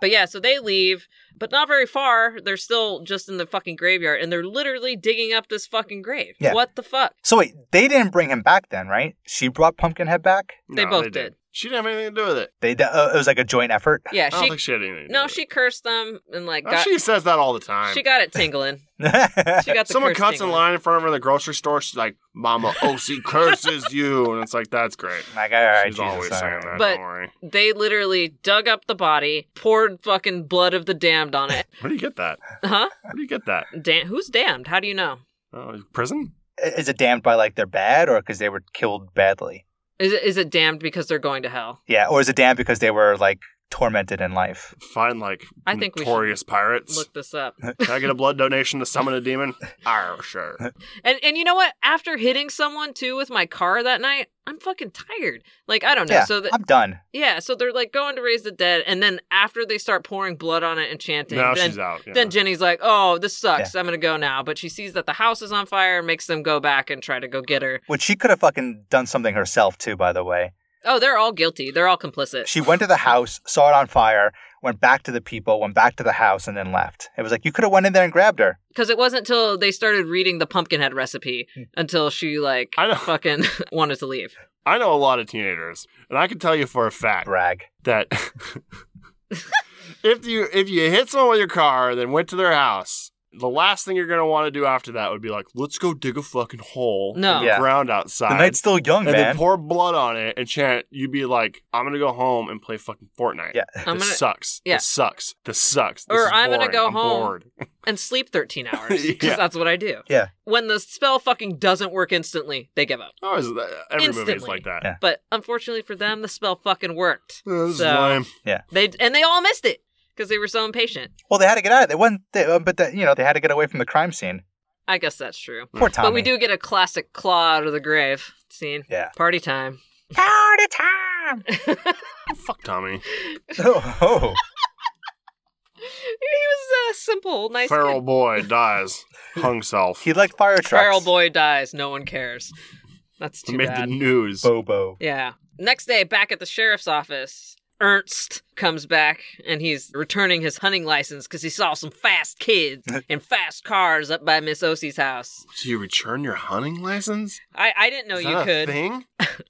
G: But yeah, so they leave, but not very far. They're still just in the fucking graveyard, and they're literally digging up this fucking grave.
E: Yeah.
G: What the fuck?
E: So wait, they didn't bring him back then, right? She brought Pumpkinhead back.
G: They both did.
F: She didn't have anything to do with it.
E: They d- uh, it was like a joint effort. *laughs*
G: Yeah,
F: I don't
G: she.
F: think she Oh, had anything. To
G: no,
F: do
G: she cursed them and like
F: With it.
G: got.
F: she says that all the time.
G: she got it tingling. She got the
F: *laughs* Someone
G: curse
F: cuts in
G: tingling.
F: line in front of her in the grocery store. She's like, "Mama, OC curses you," and it's like, "That's great."
E: like, all right,
F: She's
E: Jesus,
F: always
E: all
F: saying
E: right.
F: that.
G: But-
F: don't worry.
G: They literally dug up the body, poured fucking blood of the damned on
E: *laughs*
G: it.
F: Where do you get that?
G: huh?
F: Where do you get that?
G: Dam- who's damned? How do you know?
F: Oh, prison?
E: Is it damned by like they're bad or because they were killed badly?
G: Is it is it damned because they're going to hell?
E: Yeah, or is it damned because they were like tormented in life?
F: Find like
G: I think we should
F: notorious pirates.
G: Look this up.
F: Can I get a blood donation to summon
G: *laughs*
F: a demon? Arr, sure.
G: And and you know what? After hitting someone too with my car that night, I'm fucking tired. Like I don't know.
E: yeah,
G: So the,
E: I'm done.
G: yeah, so they're like going to raise the dead, and then after they start pouring blood on it and chanting,
F: Now
G: then,
F: she's out. yeah.
G: then Jenny's like, "Oh, this sucks. I'm gonna go now." But she sees that the house is on fire and makes them go back and try to go get her.
E: Which she could have fucking done something herself too, by the way.
G: Oh, they're all guilty. They're all complicit.
E: She went to the house, saw it on fire, went back to the people, went back to the house, and then left. It was like you could have went in there and grabbed her.
G: Because it wasn't until they started reading the Pumpkinhead recipe
E: Hmm.
G: until she like
F: I know.
G: fucking *laughs* wanted to
E: *laughs*
G: leave.
F: I know a lot of teenagers, and I can tell you for a fact
E: Brag.
F: that if you if you hit someone with your car and then went to their house, the last thing you're gonna want to do after that would be like, let's go dig a fucking hole
G: No.
F: in the
E: Yeah.
F: ground outside.
E: The night's still young,
F: and then
E: man.
F: pour blood on it and chant, you'd be like, I'm gonna go home and play fucking Fortnite.
E: Yeah.
F: This
G: I'm gonna-
F: sucks.
G: yeah.
F: This sucks. This sucks. This
G: Or
F: is
G: I'm gonna
F: boring.
G: go
F: I'm
G: home."
F: bored."
G: and sleep
E: *laughs*
G: 13 hours because
F: Yeah.
G: that's what I do.
E: Yeah.
G: When the spell fucking doesn't work instantly, they give up.
F: Oh, is that- every movie is
G: Instantly.
F: like that.
E: Yeah.
G: But unfortunately for them, the spell fucking worked.
F: Oh, this is
G: So-
F: lame.
G: They and they all missed it because they were so impatient.
E: well, they had to get out. They went, they, uh, but the, you know they had to get away from the crime scene.
G: I guess that's true.
E: Poor Tommy.
G: But we do get a classic claw out of the grave scene.
E: Yeah.
G: Party time.
E: Party time.
F: Fuck Tommy.
E: *laughs* oh, oh.
G: He was a simple, *laughs* nice
F: Feral
G: kid.
F: boy dies, hung self.
E: *laughs* he liked fire trucks.
G: Feral boy dies. No one cares. That's too
F: made
G: bad.
F: the news.
E: Bobo.
G: Yeah. Next day, back at the sheriff's office, Ernst comes back and he's returning his hunting license because he saw some fast
F: *laughs*
G: kids and fast cars up by Miss Osie's house.
F: Do you return your hunting license?
G: I, I didn't know
F: Is
G: you
F: that a
G: could. *laughs*
F: thing?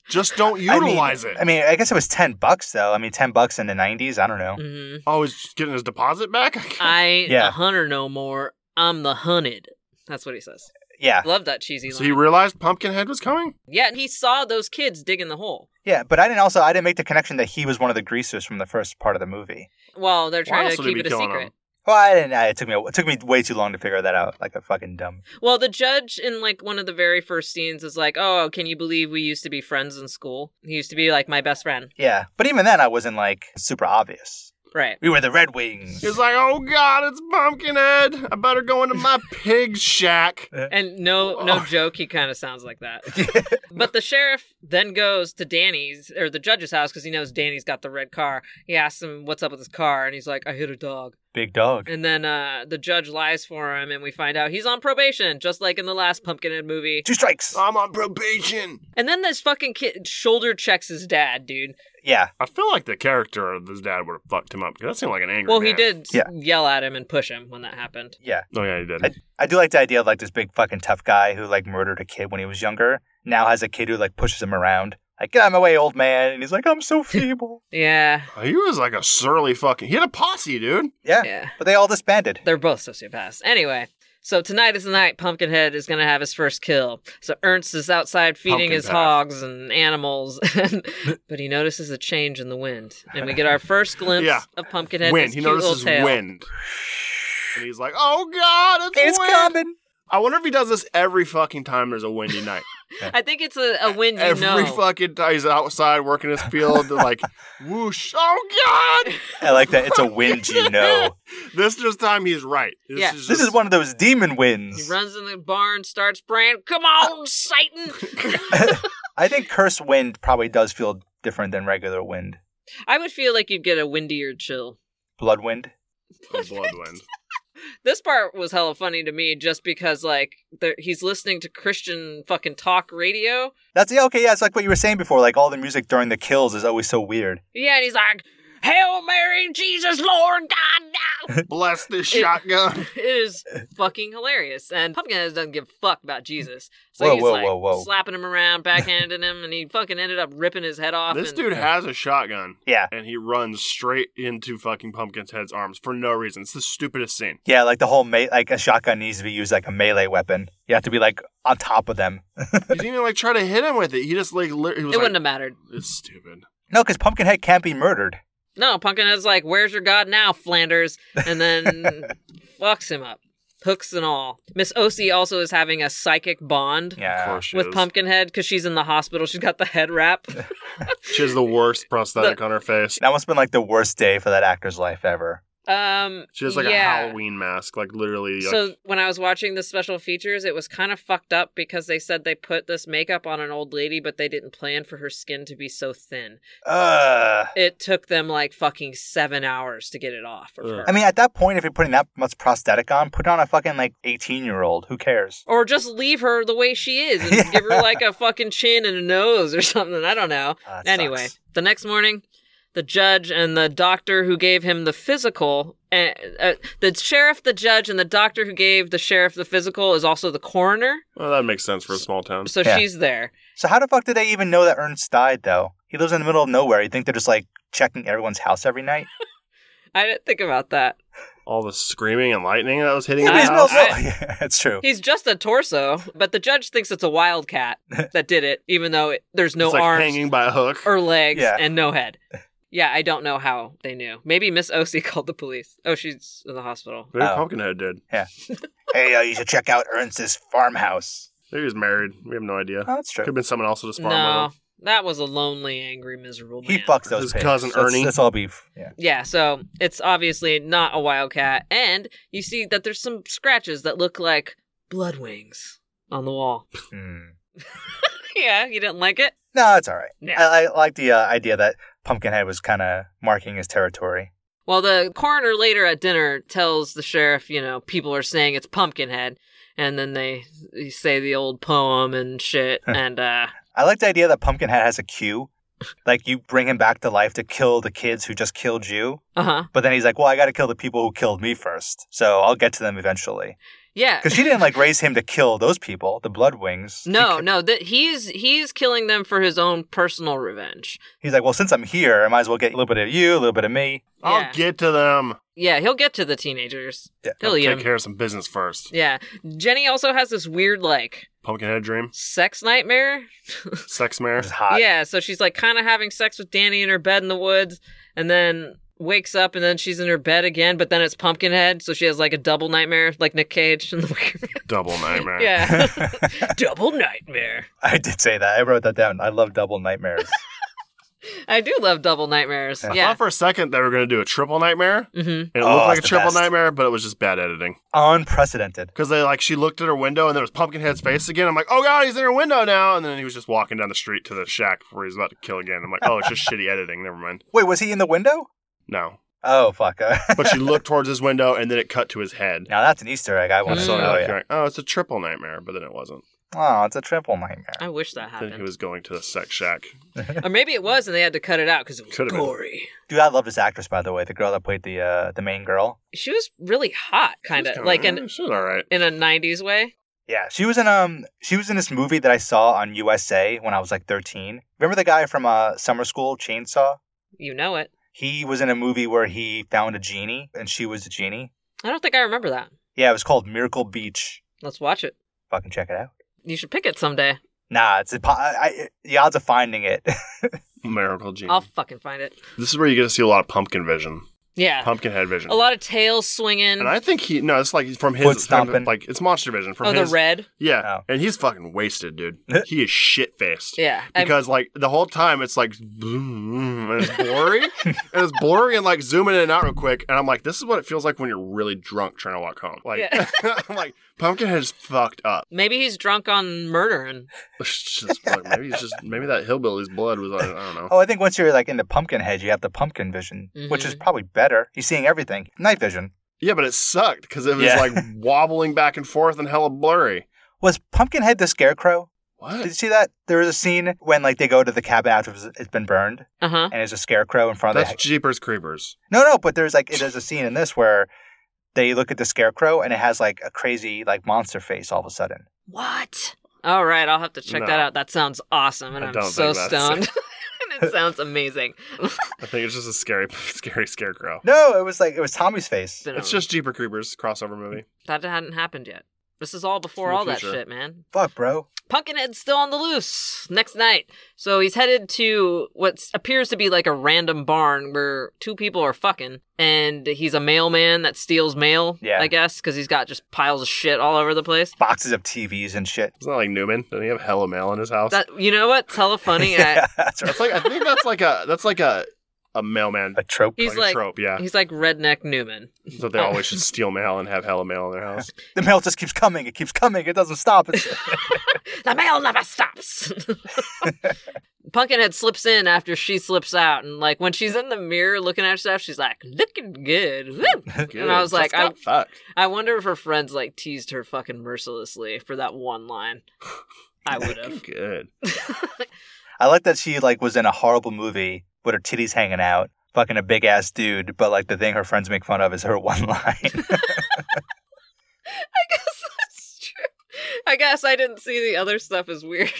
F: Just don't
E: I mean-
F: utilize it.
E: I mean, I guess it was ten bucks though. I mean, ten bucks in the nineties. I don't know.
G: hmm
F: oh, he's just getting his deposit back? *laughs*
G: I ain't
E: Yeah.
G: a hunter no more. I'm the hunted. That's what he says.
E: Yeah,
G: Love that cheesy line.
F: so you realized Pumpkinhead was coming?
G: yeah, and he saw those kids digging the hole.
E: yeah. But I didn't also I didn't make the connection that he was one of the greasers from the first part of the movie.
G: Well, they're
F: Why
G: trying
F: else
G: to
F: would he
G: keep
F: be
G: it a
F: killing
G: secret.
F: them?
E: Well, I didn't. I, it took me. a- It took me way too long to figure that out. Like a fucking dumb.
G: Well, the judge in like one of the very first scenes is like, "Oh, can you believe we used to be friends in school? He used to be like my best friend."
E: Yeah, but even then, I wasn't like super obvious.
G: Right.
E: We were the Red Wings.
F: He's like, oh god, it's Pumpkinhead. I better go
G: *laughs*
F: into my pig shack.
G: And no no joke, he kind of sounds like
E: *laughs*
G: that. but the sheriff then goes to Danny's or the judge's house because he knows Danny's got the red car. He asks him what's up with his car, and he's like, "I hit a dog." *laughs*
E: Big dog.
G: And then uh, the judge lies for him, and we find out he's on probation, just like in the last Pumpkinhead movie.
E: Two strikes.
F: I'm on probation.
G: And then this fucking kid shoulder checks his dad, dude.
E: Yeah.
F: I feel like the character of his dad would have fucked him up because that seemed like an angry.
G: Well, he
F: man.
G: did s-
E: Yeah.
G: yell at him and push him when that happened.
E: Yeah.
F: Oh yeah, he did.
E: I, I do like the idea of like this big fucking tough guy who like murdered a kid when he was younger. Now has a kid who like pushes him around. Like get out of my way, old man. And he's like,
G: *laughs*
E: I'm so feeble.
G: Yeah,
F: Oh, he was like a surly fucking. He had a posse, dude.
E: Yeah.
G: yeah.
E: But they all disbanded.
G: They're both sociopaths. Anyway, so tonight is the night Pumpkinhead is going to have his first kill. So Ernst is outside feeding
F: Pumpkin
G: his
F: path.
G: hogs and animals, *laughs* but he notices a change in the wind, and we get our
F: *laughs*
G: first glimpse
F: Yeah.
G: of Pumpkinhead. and
F: wind.
G: his
F: He
G: cute little
F: notices
G: tail.
F: wind. And he's like, oh god, it's,
E: It's
F: wind.
E: coming.
F: I wonder if he does this every fucking time there's a windy night.
G: I think it's a, a wind you
F: every
G: know.
F: fucking time he's outside working his field, they're
G: *laughs*
F: like, whoosh, oh god.
E: I like that. It's a wind, you know.
F: This just time he's right. This
G: Yeah.
F: is
E: This is
F: just-
E: one of those demon
G: He
E: winds.
G: runs in the barn, starts praying, "Come on,
F: *laughs*
G: Satan!"
E: I think curse wind probably does feel different than regular wind.
G: I would feel like you'd get a windier chill.
E: Blood wind.
G: *laughs*
F: Oh, Bloodwind.
G: This part was hella funny to me, just because like there- he's listening to Christian fucking talk radio,
E: That's yeah, okay. Yeah, it's like what you were saying before. Like all the music during the kills is always so weird.
G: Yeah, and he's like, Hail Mary, Jesus, Lord,
E: *laughs*
G: God, no.
F: Bless this shotgun.
G: it is fucking hilarious. And Pumpkinhead doesn't give a fuck about Jesus. So
E: Whoa,
G: he's
E: whoa,
G: like
E: whoa, whoa.
G: slapping him around, backhanding him, and he fucking ended up ripping his head off.
F: This
G: and-
F: dude has a shotgun.
E: Yeah.
F: And he runs straight into fucking Pumpkin's head's arms for no reason. It's the
E: *laughs*
F: stupidest scene.
E: Yeah, like the whole me- like a shotgun needs to be used like a melee weapon. You have to be like on top of them.
F: He didn't even like try to hit him with it. He just like lit- he
G: It
F: was like,
G: wouldn't have mattered.
F: it's stupid.
E: No, because Pumpkinhead can't be murdered.
G: No, Pumpkinhead's like, Where's your God now, Flanders? And
E: *laughs*
G: then fucks him up. Hooks and all. Miss Osi also is having a psychic bond.
E: Yeah.
F: Of course she
G: With
F: is.
G: Pumpkinhead, because she's in the hospital, she's got the head
F: *laughs*
G: wrap.
F: She has
G: *laughs*
F: the worst prosthetic on her face.
E: That must have been like the worst day for that actor's life ever.
G: Um,
F: She has like
G: yeah.
F: a Halloween mask, like literally. Like,
G: So when I was watching the special features, it was kind of fucked up because they said they put this makeup on an old lady, but they didn't plan for her skin to be so thin.
E: Uh
G: It took them like fucking seven hours to get it off of
F: Ugh.
G: her.
E: I mean, at that point, if you're putting that much prosthetic on, put on a fucking like 18 year old. Who cares? Ah,
G: or just leave her the way she is
E: *laughs*
G: and give her like a fucking chin and a nose or something. I don't know.
E: Ah, it
G: anyway,
E: sucks.
G: the next morning, the judge and the doctor who gave him the physical, uh, uh, the sheriff, the judge, and the doctor who gave the sheriff the physical is also the coroner.
F: well, that makes sense for a small town.
G: So
E: Yeah.
G: she's there.
E: So how the fuck did they even know that Ernst died though? He lives in the middle of nowhere. You think they're just like checking everyone's house every night?
G: I didn't think about that.
F: All the screaming and lightning that was hitting
G: I
E: Yeah, but he's
F: the
G: don't-
E: middle of
F: house.
E: nowhere. *laughs* Yeah, that's true.
G: He's just a torso, but the judge thinks it's a
F: *laughs*
G: wildcat that did it, even though it, there's no
F: it's like
G: arms Er,
F: hanging by a hook.
G: or legs
E: Yeah.
G: and no
F: *laughs*
G: head. Yeah, I don't know how they knew. Maybe Miss Osi *laughs* called the police. Oh, she's in the hospital.
F: Maybe
E: Oh.
F: Pumpkinhead did.
E: hey, uh, you should check out Ernst's farmhouse.
F: Maybe he's married. We have no idea.
E: Oh, that's true.
F: Could have been someone else at his farm.
G: No, that was a lonely, angry, miserable man.
E: He fucks those.
F: His
E: pigs.
F: cousin
E: That's-
F: Ernie.
E: That's all beef.
F: *laughs*
E: Yeah.
G: Yeah, so it's obviously not a wildcat, and you see that there's some scratches that look like blood wings on the wall. *laughs*
E: Hmm.
G: yeah, you didn't like it?
E: No, it's all right.
G: Yeah.
E: I, I like the uh, idea that Pumpkinhead was kind of marking his territory.
G: Well, the coroner later at dinner tells the sheriff, you know, people are saying it's Pumpkinhead, and then they, they say the old poem and shit, and uh,
E: I like the idea that Pumpkinhead has a cue. Like you bring him back to life to kill the kids who just killed you,
G: uh huh,
E: but then he's like, "Well, I got to kill the people who killed me first, so I'll get to them eventually."
G: yeah.
E: Because she didn't like raise him to kill those people, the Bloodwings.
G: *laughs*
E: She
G: No,
E: ki-
G: no, that he's he's killing them for his own personal revenge.
E: He's like, "Well, since I'm here, I might as well get a little bit of you, a little bit of me."
F: I'll
G: Yeah.
F: get to them.
G: Yeah, he'll get to the teenagers.
E: Yeah,
G: he'll eat
F: Take
G: 'em.
F: care of some business first.
G: Yeah, Jenny also has this weird like
F: Pumpkinhead dream.
G: sex nightmare.
F: Sex mare.
E: It's
G: *laughs*
E: hot.
G: Yeah, so she's like kind of having sex with Danny in her bed in the woods, and then wakes up and then she's in her bed again, but then it's Pumpkinhead, so she has like a double nightmare, like Nick Cage in the *laughs* Wicker Man.
F: Double nightmare.
G: Yeah,
F: *laughs*
G: double nightmare.
E: I did say that. I wrote that down. I love double nightmares.
G: I do love double nightmares.
F: I
G: Yeah,
F: thought for a second they were going to do a triple nightmare, and
G: hmm
F: it
E: Oh,
F: looked like a
E: it's the
F: triple
E: best.
F: nightmare, but it was just bad editing.
E: Unprecedented.
F: Because they like she looked at her window and there was Pumpkinhead's face again. I'm like, oh god, he's in her window now. And then he was just walking down the street to the shack where he's about to kill again. I'm like, oh,
G: *laughs*
F: it's just shitty editing. Never mind.
E: Wait, was he in the window?
F: No,
E: Oh fuck. *laughs* Uh,
F: but she looked towards his window and then it cut to his head.
E: now that's an Easter egg. I want to
F: So
E: know.
F: now, like,
E: yeah.
F: you're like, oh, it's a triple nightmare, but then it wasn't.
E: Oh, it's a triple nightmare.
G: I wish that
F: Then he
G: happened,
F: was going to the sex shack.
G: or maybe it was, and they had to cut it out because it was
F: Could've been.
G: gory.
E: Dude, I love this actress by the way. The girl that played the uh, the main girl.
G: She was really hot, kind of
F: Kinda,
G: like
F: eh,
G: in
F: she's all right.
G: in a '90s way.
E: Yeah, she was in um she was in this movie that I saw on USA when I was like 13. Remember the guy from uh, summer school, Chainsaw?
G: You know it.
E: He was in a movie where he found a genie and she was a genie.
G: I don't think I remember that.
E: Yeah, it was called Miracle Beach.
G: Let's watch it.
E: Fucking check it out.
G: You should pick it someday.
E: Nah, it's impo- I, I, the odds of finding it.
F: Miracle Genie.
G: I'll fucking find it.
F: This is where you get to see a lot of pumpkin vision,
G: Yeah,
F: Pumpkinhead vision.
G: a lot of tails swinging.
F: And I think he no, it's like from
E: Foot
F: his
E: stomping.
F: like it's monster vision from
G: oh,
F: his
G: the red.
F: Yeah,
E: Oh.
F: and he's fucking
E: *laughs*
F: wasted, dude. he is shit faced.
G: Yeah, I-
F: because like the whole time it's like boom, and it's
E: *laughs*
F: blurry and it's blurry and like zooming in and out real quick and i'm like this is what it feels like when you're really drunk trying to walk home like
G: Yeah.
F: *laughs* i'm like pumpkinhead is fucked up
G: Maybe he's drunk on murder and
F: It's *laughs* just like, maybe it's just maybe that hillbilly's blood was on it, i don't know
E: oh, I think once you're like in the pumpkin head, you have the pumpkin vision, which is probably better. You're seeing everything. Night vision.
F: yeah but it sucked because it was
E: Yeah.
F: like wobbling back and forth and hella blurry
E: Was Pumpkinhead the scarecrow? Did you
F: what
E: see that? There was a scene when like they go to the cabin after it's- it's been burned,
G: uh huh.
E: and there's a scarecrow in front of
F: that's
E: the.
F: jeepers creepers
E: No, no, but there's like there's a scene in this where they look at the scarecrow and it has like a crazy like monster face all of a sudden.
G: What? All right, I'll have to check
F: No.
G: that out. That sounds awesome, and
F: I
G: I'm
F: don't
G: so
F: think that's *laughs*
G: stoned. *laughs* and it sounds amazing.
F: i think *laughs* it's just a scary *laughs* scary scarecrow
E: No, it was like it was Tommy's face.
F: it's just jeeper creepers crossover movie
G: that hadn't happened yet. This is all before
F: in the
G: all that
F: future.
G: shit, man.
E: Fuck, bro.
G: Pumpkinhead's still on the loose next night. So he's headed to what appears to be like a random barn where two people are fucking. And he's a mailman that steals mail,
E: Yeah.
G: I guess, because he's got just piles of shit all over the place.
E: Boxes of TVs and shit.
F: it's not like newman doesn't he have hella mail in his house
G: That You know what's hella
F: *laughs*
G: funny? I-
E: *laughs* That's right.
F: That's like I think that's like a that's like a a mailman
E: A trope.
G: he's
F: like,
G: like,
F: trope, yeah.
G: he's like redneck *laughs* Newman.
F: So they always should steal mail and have hella mail in their house.
E: The mail just keeps coming. It keeps coming. It doesn't stop. It's,
G: The mail never *laughs* stops. Pumpkinhead slips in after she slips out, and like when she's in the mirror looking at herself, she's like looking good. Woo." *laughs* And I was like, I,
F: fuck.
G: I wonder if her friends like teased her fucking mercilessly for that one line. I would have.
F: Good.
E: I like that she like was in a horrible movie with her titties hanging out, fucking a big ass dude. But like the thing her friends make fun of is her *laughs* one line.
G: *laughs* I guess that's true. I guess I didn't see the other stuff as weird.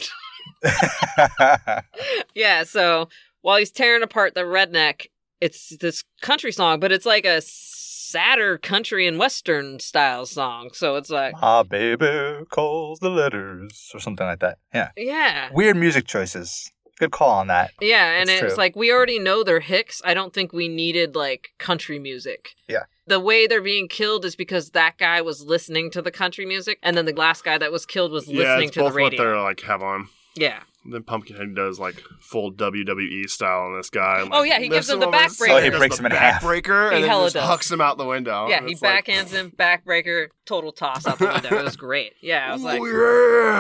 G: yeah, so while he's tearing apart the redneck, it's this country song, but it's like a sadder country and western style song. So it's like,
E: ah, baby calls the letters or something like that. Yeah.
G: yeah.
E: Weird music choices. Good call on that.
G: Yeah, and
E: It's
G: it's
E: true.
G: like we already know they're hicks. I don't think we needed like country music.
E: Yeah.
G: The way they're being killed is because that guy was listening to the country music, and then the last guy that was killed was
F: yeah,
G: listening
F: it's
G: to the
F: both what
G: radio.
F: they're like have on.
G: Yeah.
F: Then Pumpkinhead does like full WWE style on this guy. and,
G: Oh,
F: like,
G: yeah, he gives
F: lifts
G: him the
F: over his
G: backbreaker.
F: side,
E: Oh, he
F: does
E: breaks
F: the
E: him in half.
F: Backbreaker,
G: He
F: and then
G: hella
F: just
G: does.
F: hucks him out the window.
G: yeah,
F: and
G: he
F: it's Oh, like,
G: backhands him, backbreaker, total toss out the window.
F: *laughs*
G: It was great. Yeah, I was like,
F: "Oh,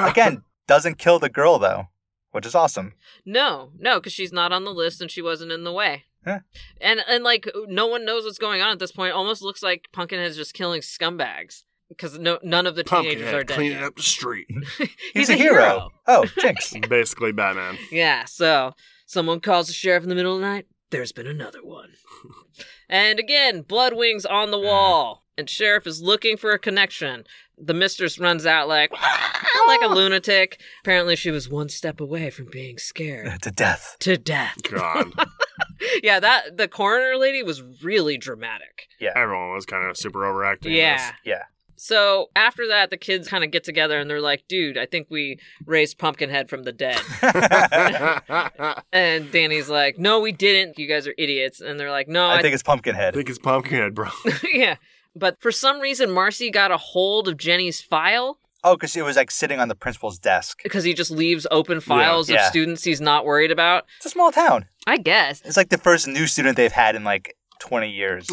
F: "Yeah."
E: *laughs* Again, doesn't kill the girl though, which is awesome.
G: no, no, because she's not on the list and she wasn't in the way.
E: Yeah.
G: And and like no one knows what's going on at this point. Almost looks like Pumpkinhead's just killing scumbags because no none of the *laughs* teenagers are
F: Pumpkinhead
G: dead.
F: cleaning
G: yet.
F: up the street.
E: He's, a, hero. Oh, *laughs* jinx.
F: Basically, Batman.
G: Yeah, so someone calls the sheriff in the middle of the night. There's been another
F: *laughs*
G: one. and again, blood wings on
F: Uh-huh.
G: the wall. And sheriff is looking for a connection. The mistress runs out like
F: *laughs*
G: like a lunatic. Apparently she was one step away from being scared
E: to *laughs* death.
G: to death.
F: God, *laughs*
G: Yeah, that the coroner lady was really dramatic.
F: everyone was kind of super overacting. in
G: yeah.
F: this.
E: Yeah.
G: So after that, the kids kind of get together and they're like, dude, I think we raised Pumpkinhead from the
E: *laughs*
G: dead.
F: *laughs* I
G: and Danny's like, no, we didn't. You guys are idiots. And they're like, no, I,
E: I think it's Pumpkinhead.
F: think it's Pumpkinhead, bro. *laughs*
G: *laughs* yeah. But for some reason, Marcy got a hold of Jenny's file
E: Oh, because it was like sitting on the principal's desk.
G: because he just leaves open files
E: Yeah.
G: of students he's not worried about.
E: It's a small town.
G: I guess.
E: It's like the first new student they've had in like 20 years.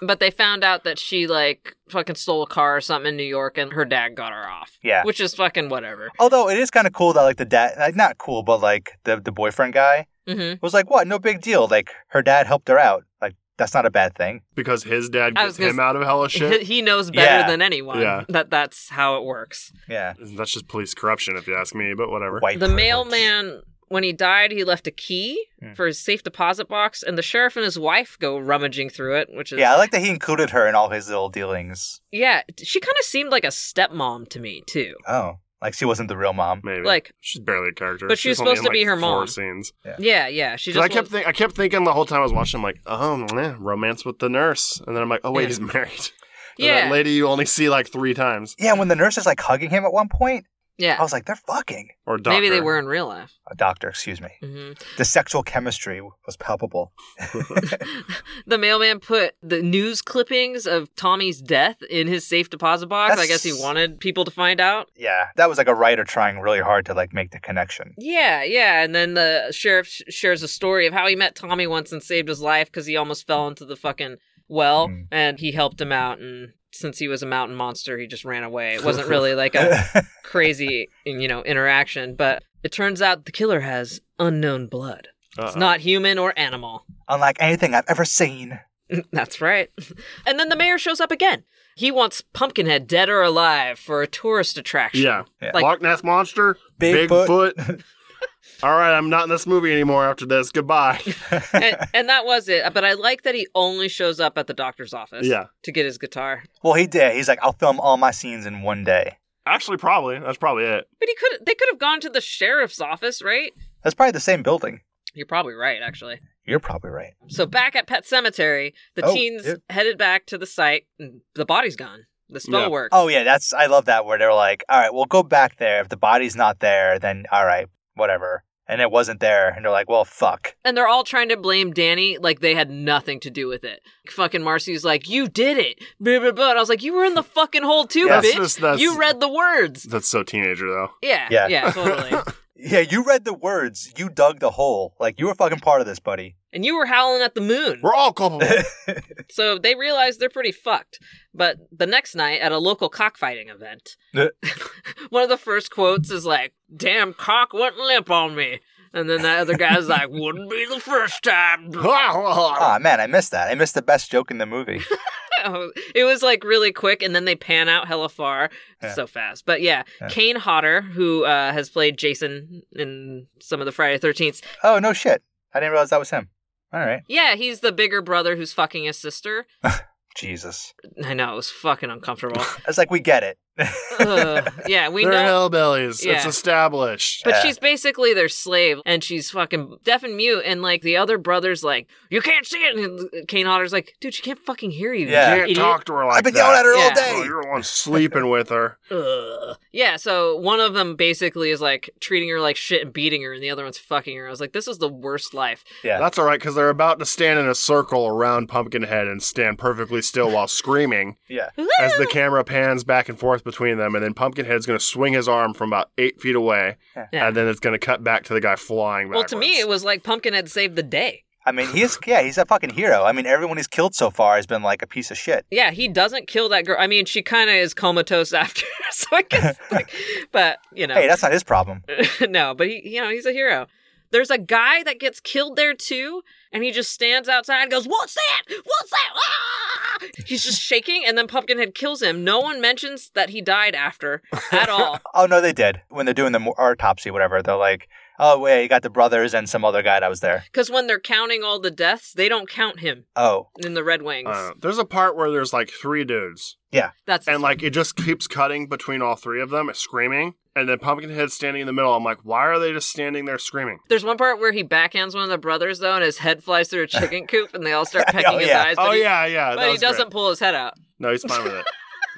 G: But they found out that she, like, fucking stole a car or something in New York and her dad got her off.
E: Yeah.
G: Which is fucking whatever.
E: Although it is kind of cool that like the dad, like not cool, but like the the boyfriend guy
G: hmm
E: was like, what? No big deal. Like her dad helped her out. Like that's not a bad thing.
F: because his dad
G: I
F: gets
G: was gonna
F: him out of
G: *laughs*
F: hella shit.
G: He knows better
E: Yeah.
G: than anyone
F: Yeah.
G: that that's how it works.
E: Yeah.
F: That's just police corruption, if you ask me. But whatever.
E: White
G: The
E: privilege.
G: mailman, when he died, he left a key
E: Hmm.
G: for his safe deposit box, and the sheriff and his wife go rummaging through it, which is
E: Yeah, I like that he included her in all his little dealings.
G: Yeah, she kind of seemed like a stepmom to me too.
E: Oh, like she wasn't the real mom.
F: Maybe
G: Like-
F: she's barely a character,
G: But she was
F: She's only
G: supposed to
F: in,
G: be
F: like,
G: her
F: Four
G: mom.
F: scenes.
G: Yeah, yeah. She
F: 'Cause
G: just
F: I kept
G: was-
F: think I kept thinking the whole time I was watching, like, oh, meh, romance with the nurse, and then I'm like, oh wait,
G: Yeah.
F: he's *laughs* married. And
G: yeah,
F: That lady you only see like three times,
E: Yeah, when the nurse is like hugging him at one point, I
G: yeah.
E: was like, they're fucking.
F: or doctor.
G: Maybe they were in real life.
E: A doctor, excuse me. *laughs*
G: hmm
E: The sexual chemistry was palpable.
G: *laughs* The mailman put the news clippings of Tommy's death in his safe deposit box. I
E: That's-
G: guess he wanted people to find out.
E: Yeah, that was like a writer trying really hard to like make the connection.
G: Yeah, yeah. And then the sheriff sh- shares a story of how he met Tommy once and saved his life because he almost fell into the fucking well,
E: Mm.
G: and he helped him out. And since he was a mountain monster, he just ran away.
F: *laughs*
G: It wasn't really like a crazy, you know, interaction. But it turns out the killer has unknown blood. It's
F: Uh-oh.
G: not human or animal.
E: *laughs*
G: *laughs*
E: Unlike anything I've ever seen.
G: That's right. *laughs* And then the mayor shows up again. He wants Pumpkinhead dead or alive for a tourist attraction.
F: Yeah.
E: Yeah.
G: Like-
F: Loch Ness monster.
E: Bigfoot.
G: *laughs*
F: Bigfoot. All right, I'm not in this movie anymore after this. Goodbye.
G: and, and that was it. But I like that he only shows up at the doctor's office
F: Yeah.
G: to get his guitar.
E: Well, he did. He's like, I'll film all my scenes in one day.
F: Actually, probably that's probably it.
G: But he could they could have gone to the sheriff's office, right?
E: That's probably the same building.
G: You're probably right, actually.
E: You're probably right.
G: So back at Pet Cemetery, the
E: Oh,
G: teens
E: yeah.
G: headed back to the site. and The body's gone. The spell
F: Yeah.
G: worked.
E: Oh yeah, that's I love that where they're like, all right, we'll go back there. If the body's not there, then all right, whatever. And it wasn't there, and they're like, well, fuck.
G: And they're all trying to blame Danny like they had nothing to do with it. Fucking Marcy's like, you did it. Blah, blah, blah. And I was like, you were in the fucking hole too,
F: Yeah,
G: bitch.
F: that's just- that's-
G: You read the words.
F: That's so teenager though.
E: *laughs*
G: Yeah, yeah,
E: Yeah.
G: totally.
E: Yeah, you read the words. You dug the hole. Like you were fucking part of this, buddy.
G: and you were howling at the moon.
F: We're all *laughs* culpable.
G: So they realize they're pretty fucked. But the next night at a local cockfighting event,
E: Yeah.
G: *laughs* one of the first quotes is like, damn cock wouldn't limp on me. And then that other guy's like, wouldn't be the first time. *laughs*
E: Ah man, I missed that. I missed the best joke in the movie.
G: it was like really quick and then they pan out hella far
E: Yeah.
G: so fast but yeah,
E: Yeah.
G: kane hodder who uh, has played jason in some of the friday 13th
E: oh no shit, I didn't realize that was him. All right,
G: yeah he's the bigger brother who's fucking his sister
E: Jesus.
G: i know it was fucking
E: *laughs*
G: uncomfortable
E: It's like we get it.
G: *laughs*
E: *laughs*
G: Ugh. yeah we
F: They're
G: know
F: hellbellies.
G: Yeah.
F: It's established.
G: but
E: Yeah.
G: she's basically their slave and she's fucking deaf and mute and like the other brother's like you can't see it and kane hodder's like dude she can't fucking hear you you
E: Yeah.
F: you can't
G: idiot."
F: talk to her like
E: I've been
F: that.
E: yelling at her
G: Yeah.
F: Oh,
E: all day.
F: you're the one sleeping with her.
G: Ugh. Yeah, so one of them basically is like treating her like shit and beating her, and the other one's fucking her. I was like, this is the worst life.
E: Yeah.
F: That's all right, because they're about to stand in a circle around Pumpkinhead and stand perfectly still while screaming
E: yeah.
F: as
G: *laughs*
F: the camera pans back and forth between them. And then Pumpkinhead's going to swing his arm from about eight feet away,
G: Yeah.
F: and then it's going to cut back to the guy flying
G: well,
F: backwards.
G: to me, it was like Pumpkinhead saved the day.
E: I mean, he's yeah, he's a fucking hero. I mean, everyone he's killed so far has been like a piece of shit.
G: Yeah, he doesn't kill that girl. I mean, she kind of is comatose *laughs* after, so I guess, like, but you know,
E: Hey, that's not his problem.
G: Uh, *laughs* no, but he, you know, he's a hero. There's a guy that gets killed there too, and he just stands outside and goes, "What's that? What's that?" Ah! He's
F: *laughs*
G: just shaking, and then Pumpkinhead kills him. No one mentions that he died after at
F: *laughs*
G: all.
E: Oh no, they did when they're doing the mo- autopsy, whatever. They're like, oh wait, you got the brothers and some other guy that was there.
G: Because when they're counting all the deaths, they don't count him
E: Oh,
G: in the Red Wings.
F: Uh, there's a part where there's like three dudes,
G: That's
F: and like it just keeps cutting between all three of them, screaming. And then Pumpkinhead standing in the middle. I'm like, why are they just standing there screaming?
G: there's one part where he backhands one of the brothers though, and his head flies through a
F: *laughs*
G: chicken coop, and they all start pecking his
E: yeah.
G: eyes. but
F: Oh
G: he-
F: yeah, yeah. that
G: but he
F: was great.
G: doesn't pull his head out. *laughs*
F: No, he's fine with it.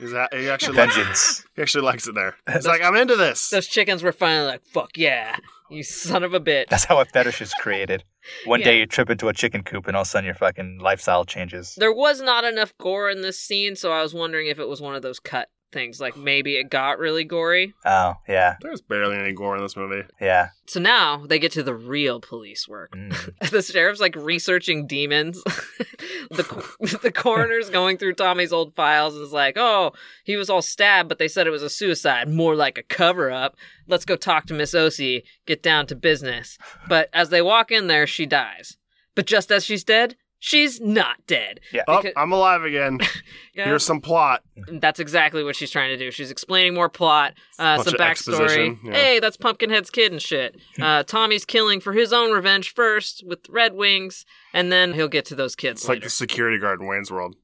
F: He's a, he actually likes,
E: Vengeance.
F: he actually likes it there. He's like, I'm into this.
G: Those chickens were finally like, fuck yeah, you son of a bitch.
E: That's how a fetish is created. One day
G: Yeah.
E: you trip into a chicken coop and all of a sudden your fucking lifestyle changes.
G: There was not enough gore in this scene, so I was wondering if it was one of those cut things. Like maybe it got really gory.
E: Oh, yeah,
F: There's barely any gore in this movie.
E: yeah.
G: So now they get to the real police work.
E: Mm.
G: *laughs* The sheriff's like researching demons. *laughs* the co- *laughs* the coroner's going through Tommy's old files and is like, "Oh, he was all stabbed, but they said it was a suicide, more like a cover up. Let's go talk to Miss Osi. Get down to business." But as they walk in there, she dies. But just as she's dead, she's not dead.
E: Yeah.
F: Oh,
G: Because-
F: I'm alive again.
G: *laughs* Yeah.
F: Here's some plot.
G: That's exactly what she's trying to do. She's explaining more plot, uh,
F: Bunch
G: some
F: of
G: backstory.
F: exposition, yeah.
G: Hey, that's Pumpkinhead's kid and
F: *laughs*
G: shit. Uh, Tommy's killing for his own revenge first with Red Wings, and then he'll get to those kids
F: It's like
G: later.
F: the security guard in Wayne's World.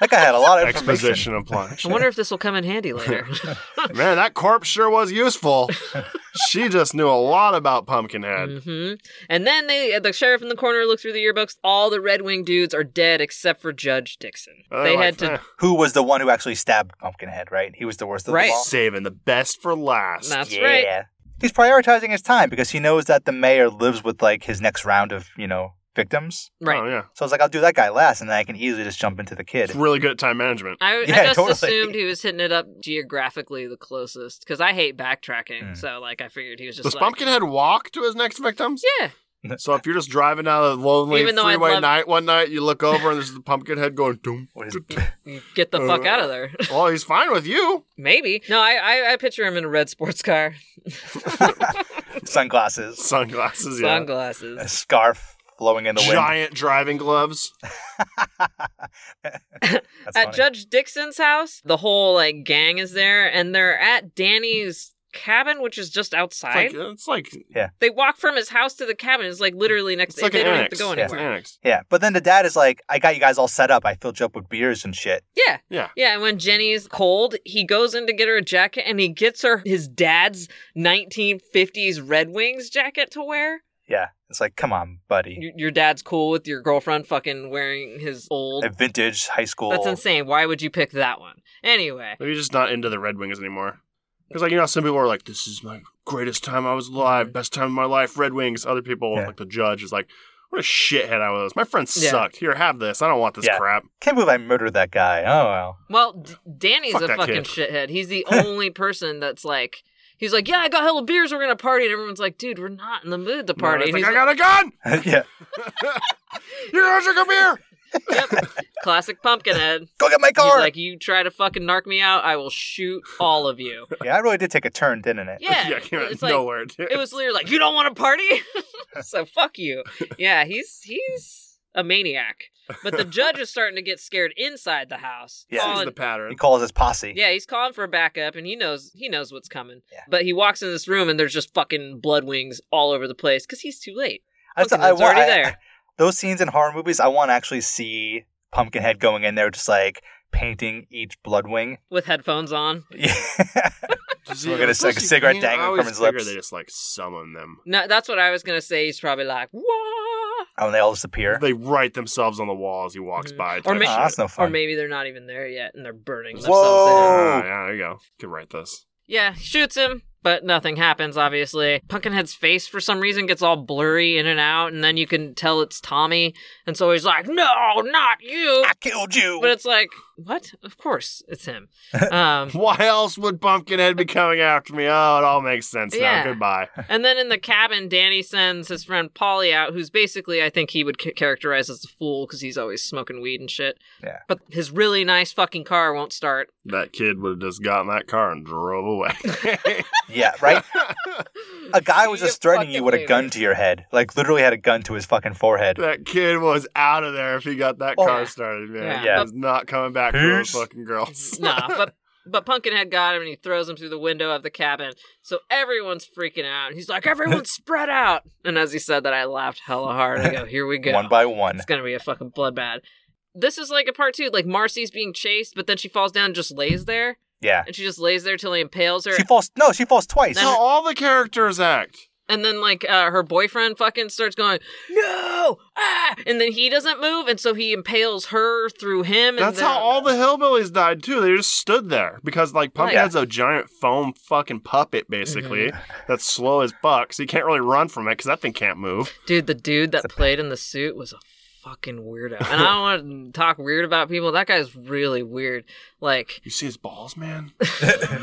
E: That guy had a lot of information.
F: Exposition
E: *laughs*
F: of plot.
G: I wonder if this will come in
F: *laughs*
G: handy later.
F: Man, that corpse sure was
E: *laughs*
F: useful. she just knew a lot about Pumpkinhead.
G: hmm And then they, the sheriff in the corner look through the yearbooks. All the Red Wing dudes are dead except for Judge Dixon.
F: Uh,
G: they
F: like,
G: had to.
F: eh,
E: Who was the one who actually stabbed Pumpkinhead, right? He was the worst of
G: Right.
E: them all.
F: saving the best for last.
G: That's
E: yeah.
G: right.
E: He's prioritizing his time because he knows that the mayor lives with like his next round of, you know, victims.
G: Right.
F: Oh yeah,
E: So I was like, I'll do that guy last and then I can easily just jump into the kid.
F: it's really good at time management.
G: I,
F: *laughs*
G: I
E: Yeah,
G: just
E: totally.
G: assumed he was hitting it up geographically the closest because I hate backtracking.
F: Mm.
G: So like I figured he was just
F: Does
G: like,
F: Pumpkinhead walk to his next victims?
G: yeah.
F: So if you're just driving down a lonely
G: Even though I'd
F: freeway
G: love-
F: night one night, you look over and there's the Pumpkinhead going. Doom,
E: What is-
F: doom,
G: Get the fuck
F: Uh,
G: out of there.
F: Oh, he's fine with you.
G: Maybe. No, I, I I picture him in a red sports car,
E: Sunglasses,
F: Sunglasses, *laughs* yeah.
E: a
G: sunglasses.
E: scarf flowing in the wind.
F: Giant driving gloves.
E: *laughs* That's
G: *laughs* At
E: funny.
G: Judge Dixon's house, the whole like gang is there, and they're at Danny's cabin, which is just
F: It's
G: outside.
F: like, it's like
G: they walk from his house to the cabin. It's like literally next.
F: it's like
G: they
F: an
G: don't
F: annex.
G: have to go
F: It's an
G: anywhere.
F: annex.
E: Yeah, but then the dad is like, I got you guys all set up. I filled you up with beers and shit.
G: Yeah.
F: Yeah.
G: Yeah, and when Jenny's cold, he goes in to get her a jacket and he gets her his dad's 1950s Red Wings jacket to wear.
E: Yeah, it's like, come on, buddy.
G: Your, your dad's cool with your girlfriend fucking wearing his old.
E: A vintage high school.
G: That's insane. Why would you pick that one? Anyway.
F: Maybe you're just not into the Red Wings anymore. Because like you know, some people are like, "This is my greatest time I was alive, best time of my life, Red Wings." Other people,
E: Yeah.
F: like the judge, is like, "What a shithead I was. My friend
G: Yeah.
F: sucked. Here, have this. I don't want this
E: Yeah.
F: crap."
E: Can't believe I murdered that guy. Oh well.
G: Well, D- Danny's
F: Fuck
G: a
F: that
G: fucking
F: kid.
G: shithead. He's
F: *laughs*
G: the only person that's like, he's like, yeah, I got hella beers. We're gonna party, and everyone's like, dude, we're not in the mood to party.
F: It's
G: And
F: like,
G: he's
F: I got a gun.
E: *laughs* yeah.
F: You guys are come here.
G: like,
F: *laughs*
G: yep, classic Pumpkinhead.
E: Go get my
G: He's
E: car.
G: like, you try to fucking narc me out, I will shoot all of
F: *laughs*
G: you.
E: yeah, I really did take a turn, didn't it?
G: *laughs* Yeah,
F: came out of
G: it's like
F: nowhere. dude.
G: it was literally like, you don't want to party, *laughs*
F: *laughs*
G: so fuck you. Yeah, he's he's a maniac. But the judge is starting to get scared inside the house.
E: Yeah.
G: calling-
F: Sees the pattern.
E: He calls his posse.
G: Yeah, he's calling for a backup, and he knows he knows what's coming.
E: Yeah.
G: But he walks in this room, and there's just fucking blood wings all over the place because he's too late.
E: That's-
G: Pumpkinhead's
E: wa-
G: already there.
E: Those scenes in horror movies, I want to actually see Pumpkinhead going in there, just like painting each blood wing.
G: With headphones on,
E: *laughs* Yeah.
F: Does he-
E: Look at his, like,
F: does he-
E: cigarette
F: you know, I
E: dangling from
F: always
E: his
F: figure
E: lips.
F: They just like summon them.
G: no, that's what I was gonna say. He's probably like, "Whoa,"
E: oh, and they all disappear.
F: They write themselves on the wall as he walks
G: Mhm.
F: by.
G: Or
F: type
G: may-
E: oh,
F: shit.
E: that's no
G: or
E: fun.
G: maybe they're not even there yet, and they're burning
E: Whoa.
G: themselves. In.
E: Oh.
F: Ah, yeah, there you go. Could write this.
G: Yeah, he shoots him, but nothing happens. Obviously, Pumpkinhead's face for some reason gets all blurry in and out, and then you can tell it's Tommy, and so he's like, "No, not you."
E: I killed you.
G: But it's like, what? Of course, it's
E: *laughs*
G: him. Um, *laughs*
F: Why else would Pumpkinhead be coming after me? Oh, it all makes sense
G: Yeah.
F: now. Goodbye.
G: And then in the cabin, Danny sends his friend Polly out, who's basically, I think he would ca- characterize as a fool because he's always smoking weed and shit.
E: Yeah.
G: But his really nice fucking car won't start.
F: That kid would have just gotten that car and drove away. *laughs*
E: yeah, right. A guy was
G: See you
E: just threatening you
G: fucking
E: with a
G: later.
E: gun to your head. Like literally had a gun to his fucking forehead.
F: that kid was out of there if he got that
E: Oh,
F: car
G: yeah.
F: started, man.
G: Yeah.
F: He was not coming back to those
E: Peace.
G: *laughs*
F: fucking
G: *laughs*
F: girls.
G: nah, but but Pumpkinhead got him and he throws him through the window of the cabin. So everyone's freaking out. And he's like,
E: *laughs*
G: everyone spread out. And as he said that, I laughed hella hard. I go, here we go.
E: One by one.
G: It's gonna be a fucking bloodbath. This is like a part two. Like Marcy's being chased, but then she falls down and just lays there.
E: Yeah.
G: And she just lays there till he impales her.
E: She falls. No, she falls twice.
F: That's how all the characters act.
G: And then like uh, her boyfriend fucking starts going, no, ah! and then he doesn't move, and so he impales her through him. And
F: That's
G: then-
F: how all the hillbillies died too. They just stood there because like Pumpkinhead's a giant foam fucking puppet basically that's slow as fuck, so you can't really run from it because that thing can't move.
G: Dude, the dude that played in the suit was a fucking weirdo. And I don't want to talk weird about people. That guy's really weird. Like,
F: You see his balls, man?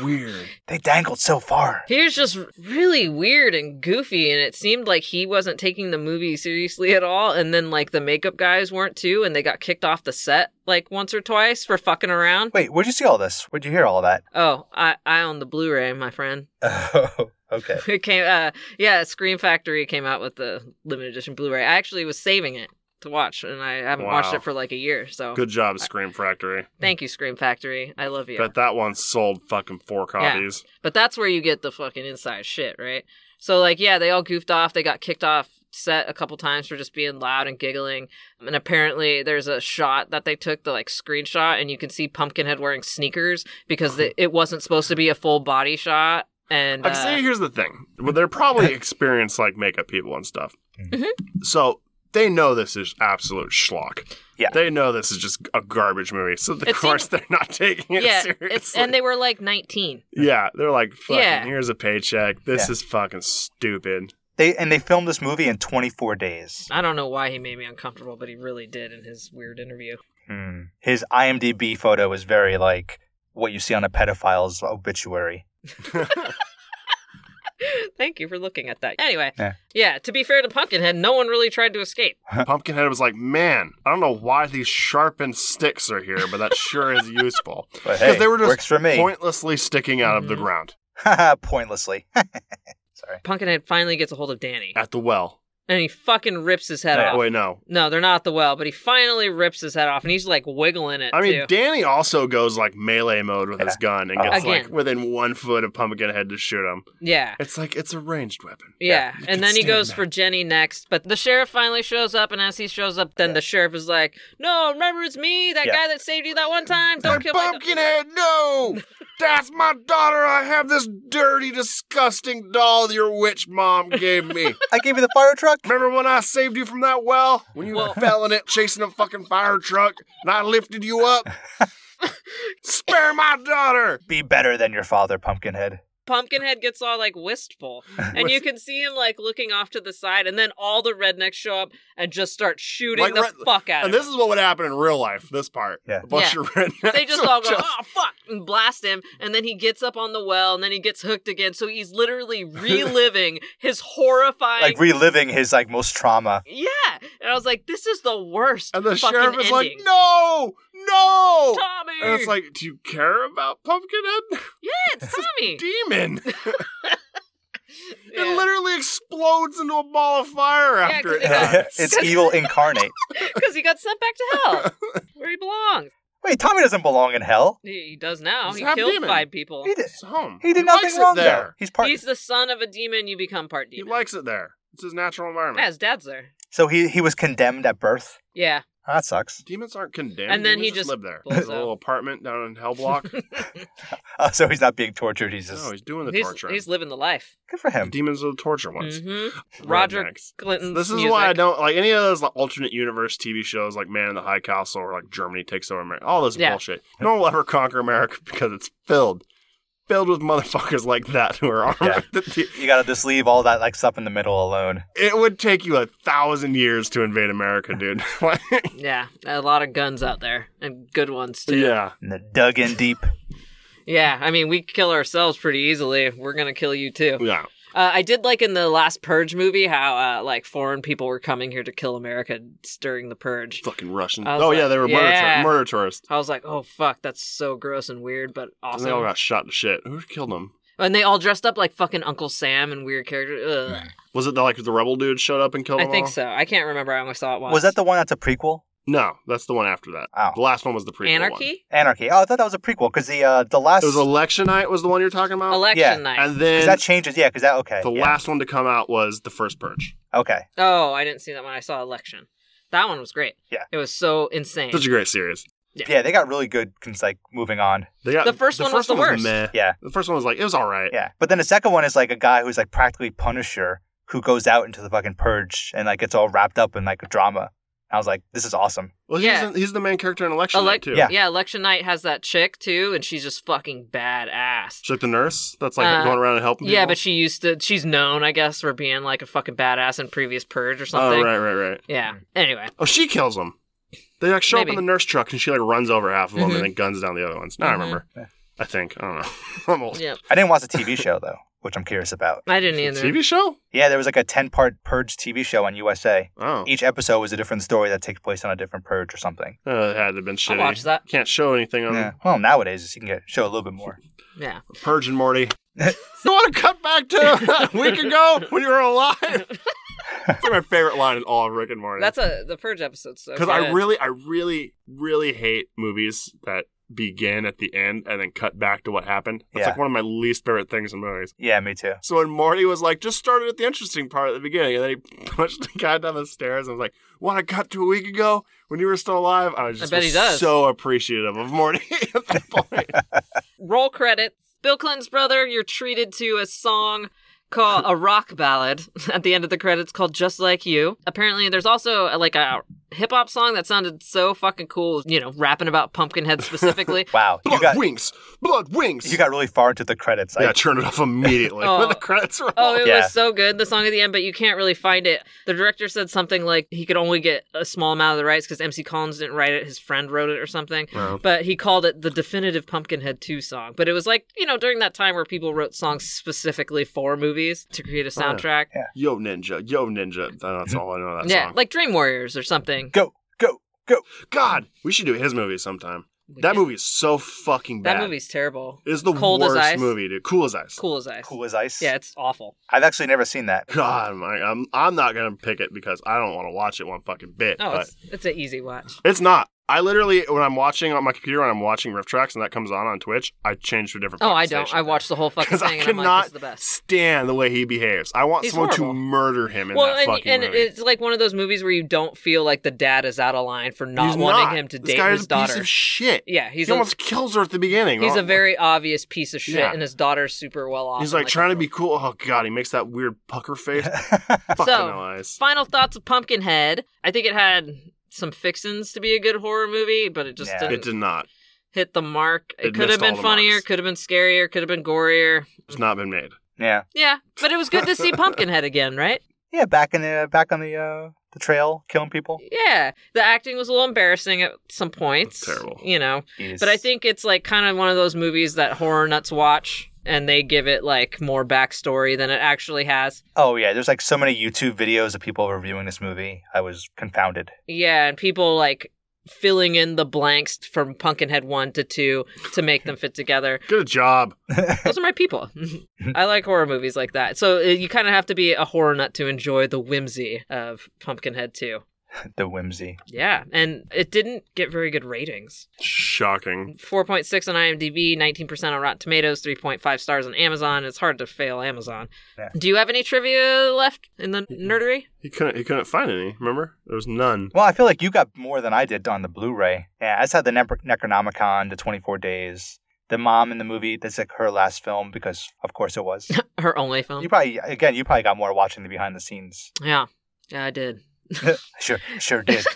F: Weird.
E: They dangled so far.
G: he was just really weird and goofy, and it seemed like he wasn't taking the movie seriously at all. And then, like, the makeup guys weren't too, and they got kicked off the set, like, once or twice for fucking around.
E: Wait, where'd you see all this? Where'd you hear all that?
G: Oh, I, I own the Blu ray, my friend.
E: Oh, okay.
G: *laughs* It came, uh, yeah, Scream Factory came out with the limited edition Blu ray. I actually was saving it to watch, and I haven't watched
F: Wow.
G: it for like a year, so.
F: Good job, Scream Factory.
G: Thank you, Scream Factory. I love you.
F: Bet that one sold fucking four copies.
G: But that's where you get the fucking inside shit, right? So like, yeah, they all goofed off. They got kicked off set a couple times for just being loud and giggling. And apparently, there's a shot that they took, the like screenshot, and you can see Pumpkinhead wearing sneakers because the, it wasn't supposed to be a full body shot. And
F: I
G: uh,
F: say here's the thing. Well,
E: *laughs*
F: they're probably experienced like makeup people and stuff.
E: Mm-hmm.
G: Mm-hmm.
F: So they know this is absolute schlock.
E: Yeah.
F: They know this is just a garbage movie. So of
G: It
F: course
G: seemed-
F: they're not *laughs* taking it
G: yeah,
F: seriously.
G: it's, and they were like 19.
F: Yeah, they're like, fucking,
G: Yeah.
F: here's a paycheck. This
E: Yeah.
F: is fucking stupid.
E: They and they filmed this movie in 24 days.
G: I don't know why he made me uncomfortable, but he really did in his weird interview. *laughs*
E: Hmm. His IMDb photo is very like what you see on a pedophile's obituary.
G: Thank you for looking at that. Anyway,
E: Yeah.
G: yeah, to be fair to Pumpkinhead, no one really tried to escape.
E: Uh-huh.
F: Pumpkinhead was like, man, I don't know why these sharpened sticks are here, but that sure is useful.
E: *laughs* But
F: Because
E: hey,
F: they were
E: works
F: just
E: for me. *laughs*
F: pointlessly sticking out of the
G: Mhm.
F: ground
E: Pointlessly. *laughs* Sorry.
G: Pumpkinhead finally gets a hold of Danny
F: at the well.
G: and he fucking rips his head
E: Yeah.
G: off.
F: Wait, no.
G: No, they're not at the well, but he finally rips his head off and he's like wiggling it.
F: I mean,
G: too.
F: Danny also goes like melee mode with his gun and
E: Oh.
F: gets like
G: Again.
F: within one foot of Pumpkinhead to shoot him.
G: yeah.
F: It's like it's a ranged weapon.
G: Yeah,
F: You can
G: and then he
F: stand
G: goes
F: back.
G: for Jenny next, but the sheriff finally shows up, and as he shows up, then the sheriff is like, "No, remember it's me, that
E: Yeah.
G: guy that saved you that one time. Don't kill my." do-"
F: Pumpkinhead,
G: *laughs*
F: no! That's my daughter. I have this dirty, disgusting doll your witch mom gave
G: *laughs*
F: me.
E: I gave you the fire truck.
F: Remember when I saved you from that well? When you fell in it chasing a fucking fire truck and I lifted you up? Spare my daughter!
E: Be better than your father, Pumpkinhead.
G: Pumpkinhead gets all like
F: *laughs*
G: wistful, and you can see him like looking off to the side, and then all the rednecks show up and just start shooting
F: Like,
G: the
F: red-
G: fuck out
F: And
G: of him.
F: this is what would happen in real life, this part.
E: Yeah.
F: A bunch
G: Yeah.
F: of *laughs* rednecks.
G: they just
F: would
G: all go,
F: *laughs* just-
G: oh, fuck, and blast him. And then he gets up on the well and then he gets hooked again. So he's
F: *laughs*
G: literally reliving his horrifying.
E: Like reliving his like most trauma.
G: yeah. And I was like, this is the worst.
F: And the
G: fucking
F: sheriff is like,
G: ending.
F: no! No!
G: Tommy!
F: And it's like, do you care about
G: *laughs*
F: Pumpkinhead?
G: yeah,
F: *laughs*
G: it's Tommy.
F: Demon!
G: Yeah. *laughs*
F: It literally explodes into a ball of fire
G: Yeah,
F: after *laughs*
G: 'cause it
F: it.
G: got-
E: Uh, it's evil incarnate.
G: Because he got sent back to
F: *laughs*
G: hell, where he belongs.
E: Wait, Tommy doesn't belong in hell.
G: He, he does now.
F: He's
G: He
F: half
G: killed
F: demon.
G: five people.
E: He did.
F: It's home.
E: He did
F: likes
E: nothing
F: it
E: wrong
F: there.
E: there. He's part.
G: He's the son of a demon. You become part
F: He
G: demon.
F: likes it there. It's his natural environment.
G: yeah, his dad's there.
E: So he he was condemned at birth.
G: Yeah.
E: Oh, that sucks.
F: Demons aren't condemned.
G: And then he
F: Demons
G: just
F: live there.
G: blows
F: His little
G: up.
F: apartment down in Hell Block.
E: *laughs* Uh, so he's not being tortured. He's just
F: no, he's doing the
G: He's,
F: torture.
G: he's living the life.
E: good for him.
F: Demons are the torture ones.
G: hmm Roger
F: Rednecks.
G: Clinton's
F: This is
G: music.
F: why I don't like any of those like, alternate universe TV shows like Man in the High Castle or like Germany Takes Over America. All this
G: Yeah.
F: bullshit. No one will ever conquer America *laughs* because it's filled. Filled with motherfuckers like that who are armed.
E: Yeah.
F: with the-
E: You gotta just leave all that like stuff in the middle alone.
F: *laughs* It would take you a thousand years to invade America, dude. *laughs* Like,
G: Yeah, a lot of guns out there and good ones too.
F: yeah.
E: And then dug in deep.
G: Yeah, I mean, we kill ourselves pretty easily. We're gonna kill you too.
F: Yeah.
G: Uh, I did like in the last Purge movie how uh, like foreign people were coming here to kill America during the Purge.
F: Fucking Russian.
G: I was
F: Oh,
G: like,
F: yeah, they were
G: yeah.
F: murder, tour- murder tourists.
G: I was like, oh fuck, that's so gross and weird, but
F: And they all
G: awesome.
F: got shot to shit. Who killed them?
G: and they all dressed up like fucking Uncle Sam and weird characters. Ugh.
F: Was it the, like the rebel dude showed up and killed
G: I
F: them
G: think
F: all?
G: so. I can't remember. I only saw it once.
E: Was that the one that's a prequel?
F: No, that's the one after that.
E: Oh.
F: The last one was the prequel one.
G: Anarchy
E: Anarchy. Oh, I thought that was a prequel because the uh, the last
F: It was election night was the one you're talking about?
G: election
E: Yeah,
G: night?
F: and
E: 'cause
F: then
E: that changes. Yeah, because that okay.
F: the
E: Uh, yeah.
F: last one to come out was the first purge.
E: Okay.
G: oh, I didn't see that one. I saw election. That one was great.
E: Yeah.
G: it was so insane.
F: Such a great series.
E: Yeah, they got really good. Cause like moving on.
F: They got,
G: The first one was the worst.
F: meh.
E: Yeah.
F: The first one was like it was all right.
E: Yeah, but then the second one is like a guy who's like practically Punisher, who goes out into the fucking purge and like it's all wrapped up in like a drama. I was like, this is awesome.
F: Well,
G: Yeah.
F: he's, the, he's the main character in Election Night,
G: Elec-
F: too.
G: yeah. Election Night has that chick too, and she's just fucking badass.
F: She's like the nurse that's like
G: Uh,
F: going around and helping.
G: Yeah,
F: people.
G: but she used to. She's known, I guess, for being like a fucking badass in previous Purge or something.
F: Oh right, right, right.
G: Yeah. Anyway,
F: Oh, she kills him. They like show up
G: Maybe.
F: in the nurse truck and she like runs over half of them
G: Mhm.
F: and then guns down the other ones. Now I remember. I think I don't know. *laughs* I'm old.
G: Mm-hmm. yeah.
E: I didn't watch the TV show though, which I'm curious about.
G: I didn't either.
F: TV show?
E: Yeah, there was like a 10 part purge TV show on USA.
F: Oh,
E: Each episode was a different story that takes place on a different purge or something.
F: Uh, it had to have been shitty.
G: watch that.
F: Can't show anything on
E: Yeah. Well, nowadays you can get show a little bit more.
G: Yeah.
F: Purge and *laughs* Morty. I want to cut back to a *laughs* week ago when you were alive. That's like my favorite line in all of Rick and Morty.
G: That's a the Purge episode. So
F: because I
G: good.
F: really, I really, really hate movies that begin at the end and then cut back to what happened. That's
E: Yeah.
F: like one of my least favorite things in movies.
E: Yeah, me too.
F: So when Morty was like, just started at the interesting part at the beginning, and then he *laughs* pushed the guy down the stairs and was like, "Want to cut to a week ago when you were still alive?" I was just
G: bet he
F: was
G: does.
F: so appreciative of Morty *laughs* at that point.
G: roll credits. Bill Clinton's brother, you're treated to a song called a rock ballad *laughs* at the end of the credits called Just Like You. Apparently, there's also uh, like a hip hop song that sounded so fucking cool, you know, rapping about Pumpkinhead specifically.
E: Wow, you
F: blood
E: got
F: wings, blood wings.
E: you got really far into the credits. I-
F: yeah, turn it off immediately
G: *laughs* Oh.
F: when the credits roll.
G: Oh, it
E: Yeah.
G: was so good, the song at the end, but you can't really find it. The director said something like he could only get a small amount of the rights because MC Collins didn't write it, his friend wrote it or something. But he called it the definitive Pumpkinhead 2 song. But it was like, you know, during that time where people wrote songs specifically for movies to create a
F: Oh,
G: soundtrack.
F: Yo ninja, yo ninja. That's all I know of that
G: Yeah,
F: song.
G: like Dream Warriors or something.
E: go go go.
F: God, we should do his movie sometime.
G: We
F: That
G: can-
F: movie is so fucking
G: That
F: bad.
G: movie's terrible.
F: is the
G: Cold as
F: worst
G: Ice.
F: movie, dude. Cool as ice.
G: Cool as ice.
E: Cool as ice.
G: Yeah, it's awful.
E: I've actually never seen that.
F: God, my, I'm I'm not gonna pick it because I don't want to watch it one fucking bit.
G: Oh,
F: but
G: it's it's an easy watch.
F: It's not. I literally, when I'm watching on my computer, when I'm watching riff tracks, and that comes on on Twitch, I change to a different.
G: Oh, I don't. I watch the whole
F: *laughs*
G: fucking
F: because
G: thing
F: I
G: and I'm like, this
F: cannot
G: is the best.
F: *laughs* stand the way he behaves. I want
G: He's
F: someone
G: horrible.
F: to murder him in
G: Well,
F: that
G: and,
F: fucking
G: and
F: movie.
G: it's like one of those movies where you don't feel like the dad is out of line for not
F: He's
G: wanting
F: not.
G: him to
F: This
G: date
F: guy
G: his
F: is a
G: daughter.
F: Piece of shit.
G: Yeah, he's
F: he
G: a-
F: almost kills her at the beginning.
G: He's
F: *laughs* Oh,
G: a very obvious piece of shit,
F: Yeah.
G: and his daughter's super well off.
F: He's
G: and,
F: like trying to be cool. Oh god, he makes that weird pucker face. fucking
G: So-
F: eyes.
G: Final thoughts of Pumpkinhead. I think it had some fixins to be a good horror movie, but it just
E: Yeah.
G: didn't
F: It did not.
G: hit the mark. It,
F: It
G: could have
F: missed all
G: been
F: the
G: funnier,
F: marks.
G: could have been scarier, could have been gorier.
F: It's not been made.
E: *laughs* Yeah,
G: Yeah, but it was good to
F: *laughs*
G: see Pumpkinhead again, right?
E: yeah. Back in the back on the uh, the trail, killing people.
G: Yeah, the acting was a little embarrassing at some points.
F: That's terrible.
G: you know.
E: Jeez.
G: But I think it's like kind of one of those movies that horror nuts watch, and they give it like more backstory than it actually has.
E: Oh yeah, there's like so many YouTube videos of people reviewing this movie. I was confounded.
G: Yeah, and people like filling in the blanks from Pumpkinhead one to two to make them fit together.
F: Good job.
G: Those are my
E: *laughs*
G: people. I like horror movies like that. So uh, you kind of have to be a horror nut to enjoy the whimsy of Pumpkinhead 2.
E: the whimsy.
G: Yeah, and it didn't get very good ratings.
F: Shocking.
G: 4.6 on IMDb, 19% on Rotten Tomatoes, 3.5 stars on Amazon. It's hard to fail Amazon.
E: Yeah.
G: Do you have any trivia left in the nerdery?
F: He couldn't. He couldn't find any. Remember, there was none.
E: Well, I feel like you got more than I did on the Blu-ray. Yeah, I just had the Nep Necronomicon, the 24 Days, the mom in the movie. That's like her last film because, of course,
G: *laughs*
E: it was.
G: Her only film?
E: you probably again, you probably got more watching the behind
G: *laughs*
E: the scenes. *laughs*
G: Yeah. Yeah, I did.
E: Sure,
G: *laughs*
E: sure did.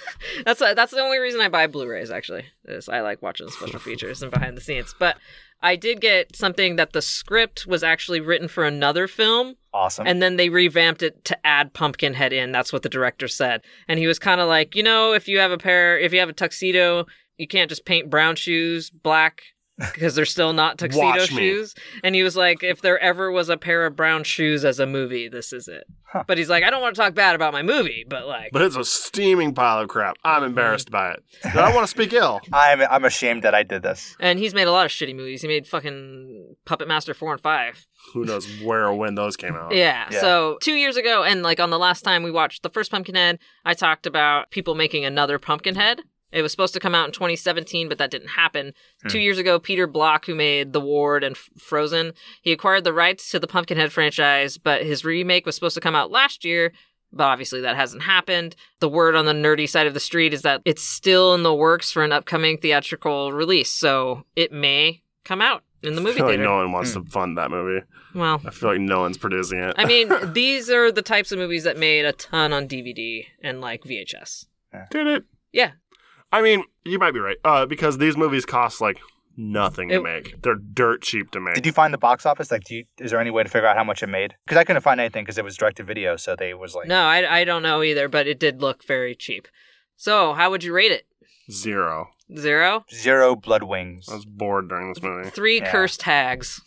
G: That's that's the only reason I buy Blu-rays. Actually, is I like watching the special features and behind the scenes. But I did get something that the script was actually written for another film,
E: Awesome.
G: and then they revamped it to add Pumpkinhead in. That's what the director said, and he was kind of like, you know, if you have a pair, if you have a tuxedo, you can't just paint brown shoes black. Because they're still not tuxedo
F: Watch me.
G: shoes. And he was like, if there ever was a pair of brown shoes as a movie, this is it. But he's like, I don't want to talk bad about my movie, but like,
F: But it's a steaming pile of crap. I'm embarrassed by it. And I want to speak ill.
E: I'm I'm ashamed that I did this.
G: And he's made a lot of shitty movies. He made fucking Puppet Master 4 and 5.
F: Who knows where or when those came out?
G: Oh, Yeah.
E: Yeah.
G: So, 2 years ago and like on the last time we watched the first Pumpkinhead, I talked about people making another Pumpkinhead. It was supposed to come out in 2017, but that didn't happen. 2 years ago, Peter Block, who made The Ward and F- Frozen, he acquired the rights to the Pumpkinhead franchise, but his remake was supposed to come out last year. But obviously, that hasn't happened. The word on the nerdy side of the street is that it's still in the works for an upcoming theatrical release, so it may come out in the
F: I
G: movie
F: feel like
G: theater.
F: no one wants to fund that movie.
G: Well,
F: I feel like no one's producing it.
G: I
E: *laughs*
G: mean, these are the types of movies that made a ton on DVD and like VHS.
F: *laughs* Did it?
G: Yeah,
F: I mean, you might be right. Uh, because these movies cost like nothing to
G: It-
F: make. They're dirt cheap to make.
E: Did you find the box office? Like, do you, is there any way to figure out how much it made? Because I couldn't find anything because it was direct to video, so they was like,
G: no, I, I don't know either, but it did look very cheap. So, how would you rate it?
F: Zero.
G: Zero?
E: zero blood wings.
F: I was bored during this movie.
G: Three
E: Yeah.
G: cursed hags.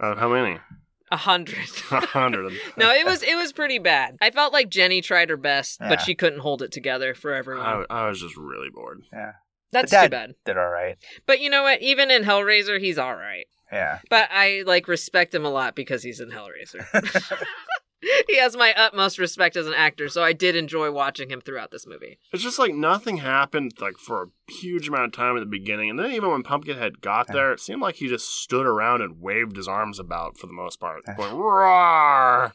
F: Uh, how many? *laughs*
G: A
E: *laughs*
G: hundred.
F: A hundred.
G: no, it was it was pretty bad. I felt like Jenny tried her best,
E: Yeah.
G: but she couldn't hold it together for everyone.
F: I, I was just really bored.
E: Yeah,
G: That's
E: But
G: too
E: that-
G: bad.
E: did all right.
G: But you know what? Even in Hellraiser, he's all right.
E: Yeah,
G: But I like respect him a lot because he's in
F: *laughs*
G: Hellraiser. *laughs* he has my utmost respect as an actor, so I did enjoy watching him throughout this movie.
F: It's just like nothing happened like for a huge amount of time at the beginning, and then even when Pumpkinhead got there, it seemed like he just stood around and waved his arms about for the most part, going roar.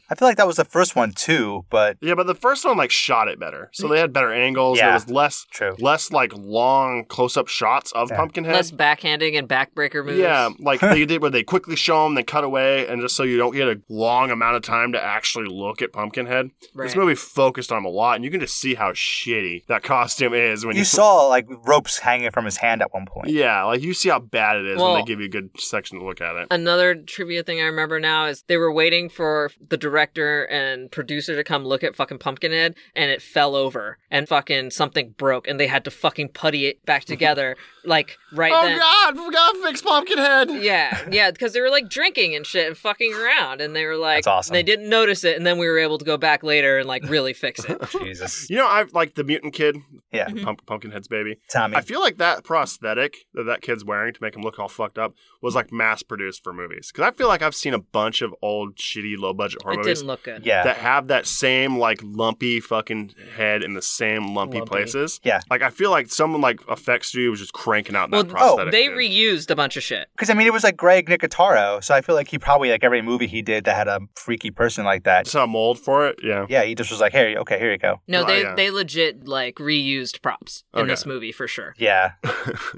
E: I feel like that was the first one too, but
F: Yeah, but the first one like shot it better, so they had better angles. There
E: Yeah.
F: was less
E: True.
F: less like long close up shots of Pumpkinhead.
G: Less backhanding and backbreaker moves.
F: yeah,
G: *laughs*
F: like they did where they quickly show him, then cut away, and just so you don't get a long amount of time to actually look at Pumpkinhead.
G: Right.
F: This movie focused on him a lot, and you can just see how shitty that costume is when
E: you saw like ropes hanging from his hand at one point.
F: *laughs* Yeah, like you see how bad it is when
G: Well-
F: they give you a good section to look at it.
G: Another trivia thing I remember now is they were waiting for the director and producer to come look at fucking Pumpkinhead and it fell over and fucking something broke and they had to fucking putty it
F: *laughs*
G: back together like right
F: oh
G: then.
F: God, we gotta fix Pumpkinhead.
G: Yeah, yeah, because they were like drinking and shit and fucking around and they were like
E: That's awesome.
G: they didn't notice it and then we were able to go back later and like really fix
F: *laughs*
G: it.
E: Jesus.
F: You know, I like the mutant kid,
E: Yeah,
G: Mm-hmm.
F: Pump, Pumpkinhead's baby.
E: Tommy.
F: I feel like that prosthetic that that kid's wearing to make him look all fucked up was like mass produced for movies. Because I feel like I've seen a bunch of old shitty low budget horror
G: it
F: movies
G: didn't look good.
E: yeah,
F: that have that same like lumpy fucking head in the same lumpy,
G: Lumpy.
F: places.
E: Yeah.
F: like I feel like someone like effects studio was just cranking out that
G: Well, oh,
F: prosthetic.
G: they
F: dude.
G: reused a bunch of shit.
E: because I mean it was like Greg Nicotero, so I feel like he probably like every movie he did that had a freaky person like that.
F: just had a mold for it. Yeah,
E: Yeah, he just was like, here, okay, here you go.
G: No,
F: Oh,
G: they
F: yeah.
G: they legit like reused props in
F: Okay.
G: this movie for sure.
E: Yeah,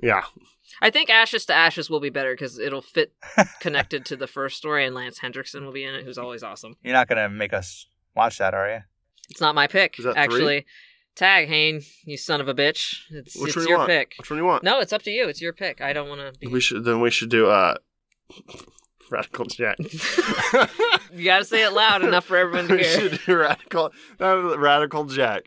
F: yeah.
G: I think Ashes to Ashes will be better because it'll
E: *laughs*
G: fit connected to the first story, and Lance Hendrickson will be in it, who's always awesome.
E: you're not gonna make us watch that, are you?
G: It's not my pick,
F: Is that three?
G: actually. Tag Hane, you son of a bitch. It's,
F: Which
G: it's
F: one you
G: your
F: want?
G: pick.
F: Which one do you want?
G: No, it's up to you. It's your pick. I don't want to be.
F: We should then we should do uh *laughs* radical jack.
G: You gotta say it loud enough for everyone to
F: *laughs* we
G: hear.
F: should do radical uh, radical jack.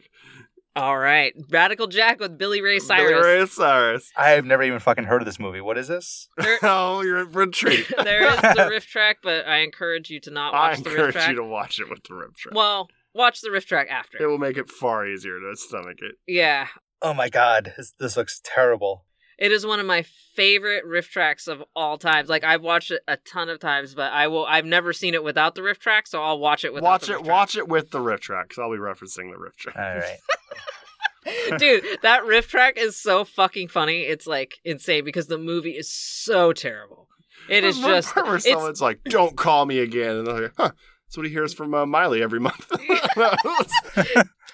G: All right, Radical Jack with Billy Ray Cyrus. *laughs*
F: Billy Ray Cyrus.
E: I have never even fucking heard of this movie. What is this?
G: There-
F: *laughs* oh, you're in for a treat.
G: there is the riff track, but I encourage you to not *laughs*
F: I
G: watch the riff
F: encourage
G: track.
F: you to watch it with the rib track.
G: Well, watch the riff track after.
F: it will make it far easier to stomach it.
G: yeah,
E: Oh my god, this, this looks terrible.
G: It is one of my favorite riff tracks of all times. Like I've watched it a ton of times, but I will I've never seen it without the riff track, so I'll watch it without
F: watch
G: the
F: it.
G: riff *laughs* track.
F: Watch it with the rib track. Because I'll be referencing the rib track.
E: All right.
G: Dude, that riff track is so fucking funny. It's like insane because the movie is so terrible. It is
F: There's one
G: just
F: part where
G: it's,
F: someone's like, "Don't call me again," and they're like, "Huh." That's what he hears from uh, Miley
G: *laughs*
F: every month. *laughs*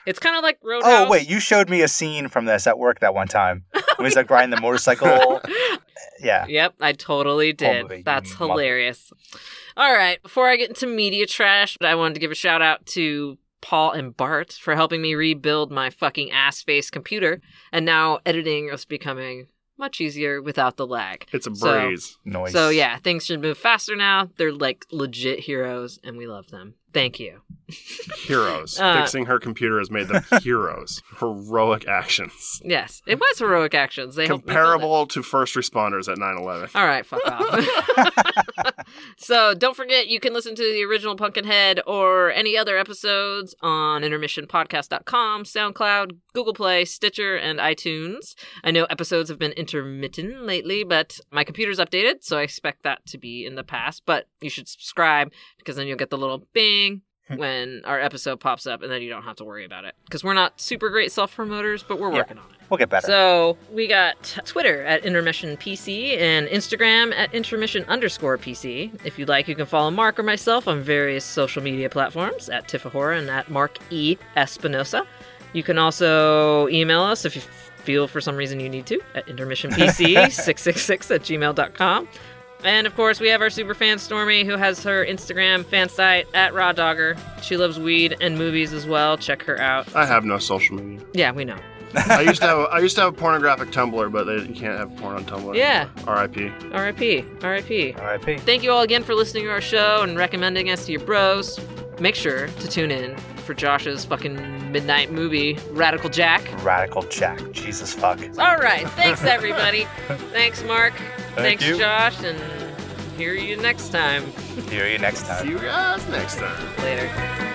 G: it's kind of like Roadhouse.
E: oh wait, you showed me a scene from this at work that one time. When he's like riding the motorcycle. Yeah.
G: *laughs* Yep, I totally did.
E: Totally, you
G: That's
E: mother-
G: hilarious. All right, before I get into media trash, I wanted to give a shout out to Paul and Bart for helping me rebuild my fucking ass face computer. And now editing is becoming much easier without the lag.
F: it's a
G: So-
F: breeze.
E: Noise.
G: So, yeah, things should move faster now. They're like legit heroes, and we love them. Thank you.
F: Heroes.
G: Uh,
F: Fixing her computer has made
G: *laughs*
F: them heroes. Heroic actions.
G: Yes, it was heroic actions. They helped me build it.
F: Comparable to first responders at 9 11.
G: *laughs* All right, fuck off. *laughs* so don't forget, you can listen to the original Pumpkinhead or any other episodes on intermissionpodcast.com, SoundCloud, Google Play, Stitcher, and iTunes. I know episodes have been intermittent lately, but my computer's updated, so I expect that to be in the past. But you should subscribe because then you'll get the little bing when our episode pops up, and then you don't have to worry about it because we're not super great self promoters, but we're
E: Yeah.
G: working on it.
E: We'll get better.
G: So we got Twitter at intermission PC and Instagram at intermission underscore PC. If you'd like, you can follow Mark or myself on various social media platforms at Tiffahora and at Mark E Espinosa. You can also email us if you feel for some reason you need to at intermissionpc666 at gmail.com. And of course, we have our super fan Stormy, who has her Instagram fan site at Raw Dogger. She loves weed and movies as well. Check her out.
F: I have no social media.
G: Yeah, we know.
F: I used to have I used to have a pornographic Tumblr, but they, you can't have porn on Tumblr.
G: Yeah.
F: anymore. R.I.P.
G: R.I.P. R.I.P.
E: R.I.P.
G: Thank you all again for listening to our show and recommending us to your bros. Make sure to tune in for Josh's fucking midnight movie, Radical Jack.
E: Radical Jack. Jesus fuck.
G: All right. Thanks, everybody. Thanks, Mark. Thanks,
E: you.
G: Josh. And hear you next time.
E: Hear you next time.
F: See you guys next time.
G: Later.
F: Bye.